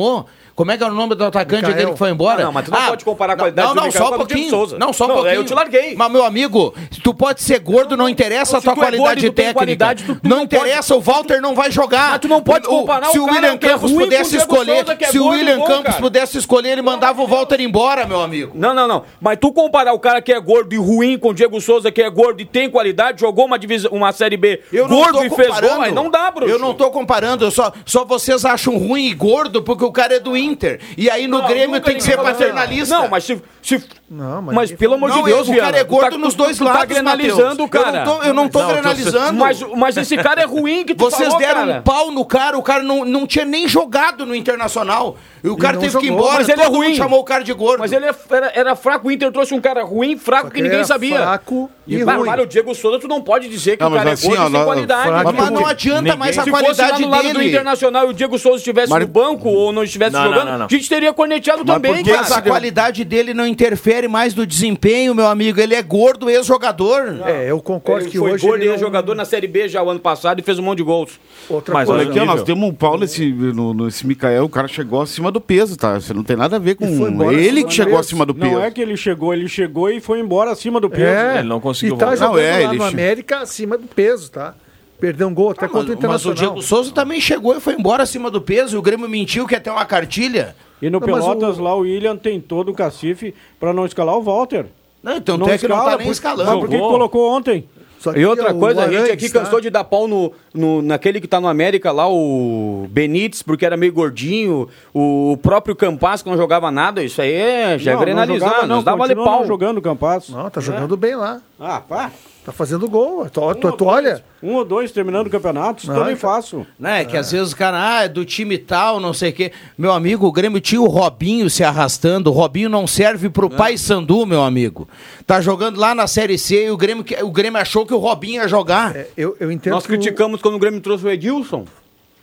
Como é que era o nome do atacante Mikael. dele que foi embora? Ah, não, mas tu não pode comparar a não, qualidade não, do não, Mikael só com um a do Diego pouquinho. Souza. Não, só um Não, pouquinho. daí eu te larguei. Mas, meu amigo, tu pode ser gordo, não interessa a Se tua tu é gordo e tu qualidade tem técnica. qualidade, tu- tu não, não pode- interessa, o Walter não vai jogar. Mas tu não pode O- o- comparar Se o o cara William que é Campos ruim com o pudesse Diego escolher, Souza, que é se o gordo e William bom, Campos cara. pudesse escolher, ele mandava o Walter embora, meu amigo. Não, não, não. Mas tu comparar o cara que é gordo e ruim com o Diego Souza, que é gordo e tem qualidade, jogou uma, divisa, uma Série B Eu não gordo tô e fez gol, comparando. aí não dá, bruxo. Eu não tô comparando, eu só, só vocês acham ruim e gordo porque o cara é do Inter. E aí no Não, Grêmio nunca tem que ninguém ser falou. paternalista. Não, mas se. se- Não, mas, mas- pelo amor Não, de Deus, o cara Viana, é tu gordo tá- nos tu- dois tu lados, Tá grenalizando, Matheus. cara. Eu não tô, eu não tô Não, eu tô granalizando. Mas, mas esse cara é ruim que tu Vocês falou, deram cara. um pau no cara, o cara não, não tinha nem jogado no Internacional. E o cara não teve que ir jogou, embora, mas ele é todo mundo ruim. chamou o cara de gordo. Mas ele é- era, era fraco, o Inter trouxe um cara ruim, fraco, que Ele ninguém era sabia. é Fraco e, E, ruim. Barbalho, o Diego Souza, tu não pode dizer que Não, o cara mas é assim, gordo ó, e sem nós- qualidade. fraco Mas não Ninguém- adianta mais a é Se fosse lá qualidade no lado do dele. Internacional e o Diego Souza estivesse Mas- no banco ou não estivesse Não, não, jogando, não, não. a gente teria corneteado Mas também, por que Mas cara. a Sabe- qualidade dele não interfere mais do desempenho, meu amigo. Ele é gordo, ex-jogador. Ah, É, eu concordo Ele que foi hoje. gordo ele é um e não- jogador na Série B já o ano passado e fez um monte de gols. Outra Mas coisa. Olha aqui, ó, Horrível. nós temos um pau nesse, no, nesse Micael, o cara chegou acima do peso, tá? Você não tem nada a ver com E foi embora acima ele do que chegou peso. acima do peso. Não é que ele chegou, ele chegou e foi embora acima do peso. É. Ele não conseguiu E tá voltar. jogando Não, é, lá ele Ah, no che- América acima do peso, tá? Perdeu um gol até Mas, contra o mas o Internacional. Diego Souza também chegou e foi embora acima do peso. E o Grêmio mentiu que ia ter uma cartilha. E no Não, mas Pelotas, o- lá o William tem todo o cacife pra não escalar o Walter. Não, então o técnico não tá nem por- escalando. Mas por que que Jogou. colocou ontem? Só que E outra o coisa, a gente Arangues, aqui tá? cansou de dar pau no, no- naquele que tá no América lá, o Benítez, porque era meio gordinho, o próprio Campas que não jogava nada, isso aí é, já é jogava, grenalizando, nós dava ali continua não pau. jogando o Campasso. É. Não, tá jogando bem lá. Ah, pá. Tá fazendo gol. Tu, tu- ou tu dois- olha. Um ou dois terminando o campeonato, isso também então- faço. Né? Que às vezes o cara, ah, é do time tal, não sei o quê. Meu amigo, o Grêmio tinha o Robinho se arrastando. O Robinho não serve pro É. Pai Sandu, meu amigo. Tá jogando lá na Série C e o Grêmio, que- o Grêmio achou que o Robinho ia jogar. Ah, É, eu, eu entendo Nós que o- criticamos quando o Grêmio trouxe o Edilson.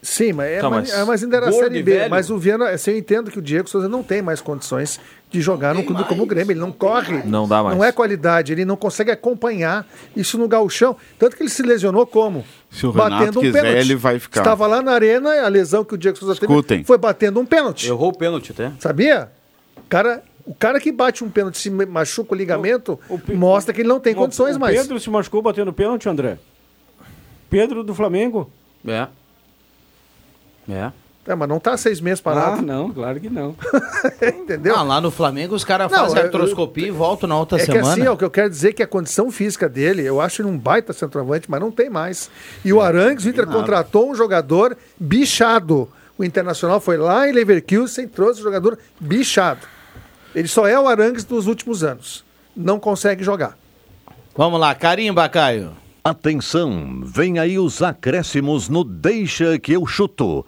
Sim, mas, é, Tá, mas... mas é, mas ainda era a gordo e Série B. velho. Mas o Viana, assim, eu entendo que o Diego Souza não tem mais condições de jogar num clube como o Grêmio. Ele não, corre. Não dá mais. Não é qualidade. Ele não consegue acompanhar isso no gauchão. Tanto que ele se lesionou como? um Se o Renato quiser, ele vai ficar. Estava lá na arena, a lesão que o Diego Souza Escutem. teve foi batendo um pênalti. Errou o pênalti até. Sabia? O cara, o cara que bate um pênalti, se me- machuca o ligamento, mostra que ele não tem condições o mais. Pedro se machucou batendo pênalti, André. Pedro do Flamengo? É. É. É, mas não tá seis meses Ah, parado, não, claro que não. entendeu? Ah, lá no Flamengo os caras Não, fazem eu- artroscopia e voltam na outra é que semana. assim, ó, o que eu quero dizer é que a condição física dele, eu acho ele um baita centroavante, mas não tem mais. E o Arangues, o Inter contratou um jogador bichado. O Internacional foi lá em Leverkusen, trouxe o jogador bichado. Ele só é o Arangues dos últimos anos. Não consegue jogar. Vamos lá, carimba, Caio. Atenção, vem aí os acréscimos no Deixa que eu chuto.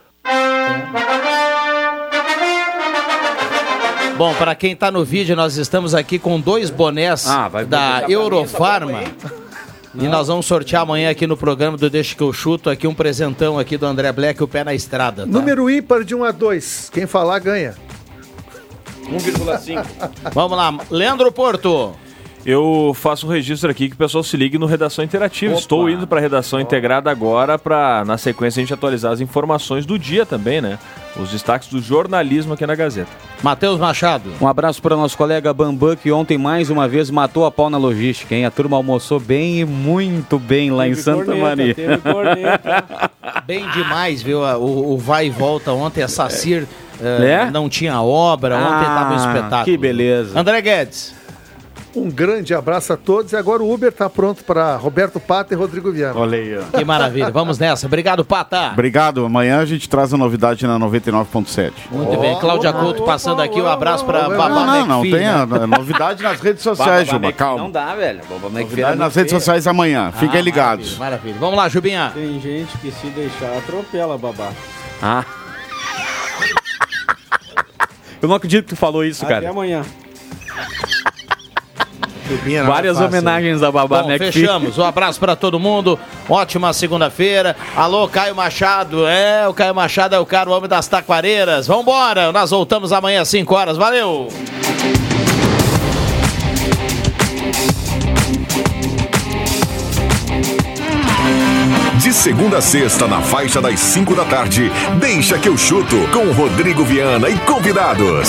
Bom, para quem tá no vídeo, nós estamos aqui com dois bonés Ah, vai da botar pra mim Eurofarma. E nós vamos sortear amanhã aqui no programa do Deixa que eu chuto aqui um presentão aqui do André Black, o pé na estrada. tá? Número ímpar de 1 a 2. Quem falar ganha. 1,5. Vamos lá, Leandro Porto. Eu faço um registro aqui que o pessoal se ligue no Redação Interativa. Estou indo para a Redação Integrada agora para, na sequência, a gente atualizar as informações do dia também, né? Os destaques do jornalismo aqui na Gazeta. Matheus Machado. Um abraço para o nosso colega Bambam, que ontem mais uma vez matou a pau na logística, hein? A turma almoçou bem e muito bem lá em Santa Maria. Teve corneta. Bem demais, viu? a- O, o vai e volta ontem, a Sacir eh, É? não tinha obra, ontem Ah, tava um espetáculo. que beleza. André Guedes. Um grande abraço a todos. E agora o Uber está pronto para Roberto Pato e Rodrigo Viana. Olha aí, ó. Que maravilha. Vamos nessa. Obrigado, Pata. Obrigado. Amanhã a gente traz a novidade na 99.7. Muito bem. Cláudia Couto passando aqui. Um abraço para opa, Babá Não, não, não. McPhee, Tem né? a a novidade nas redes sociais, Juba. Calma. dá, velho. Boba Novidade nas redes sociais amanhã. Fiquem Ah, ligados. Maravilha, maravilha. Vamos lá, Jubinha. Tem gente que se deixar atropela, babá. Ah. Eu não acredito que tu falou isso, Até cara. amanhã. Várias homenagens a Babá Bom, McPhee. fechamos. Um abraço para todo mundo. Ótima segunda-feira. Alô, Caio Machado. É, o Caio Machado é o cara, o homem das taquareiras. Vambora. Nós voltamos amanhã às 5 horas. Valeu. De segunda a sexta, na faixa das 5 da tarde, Deixa que eu chuto com Rodrigo Viana e convidados.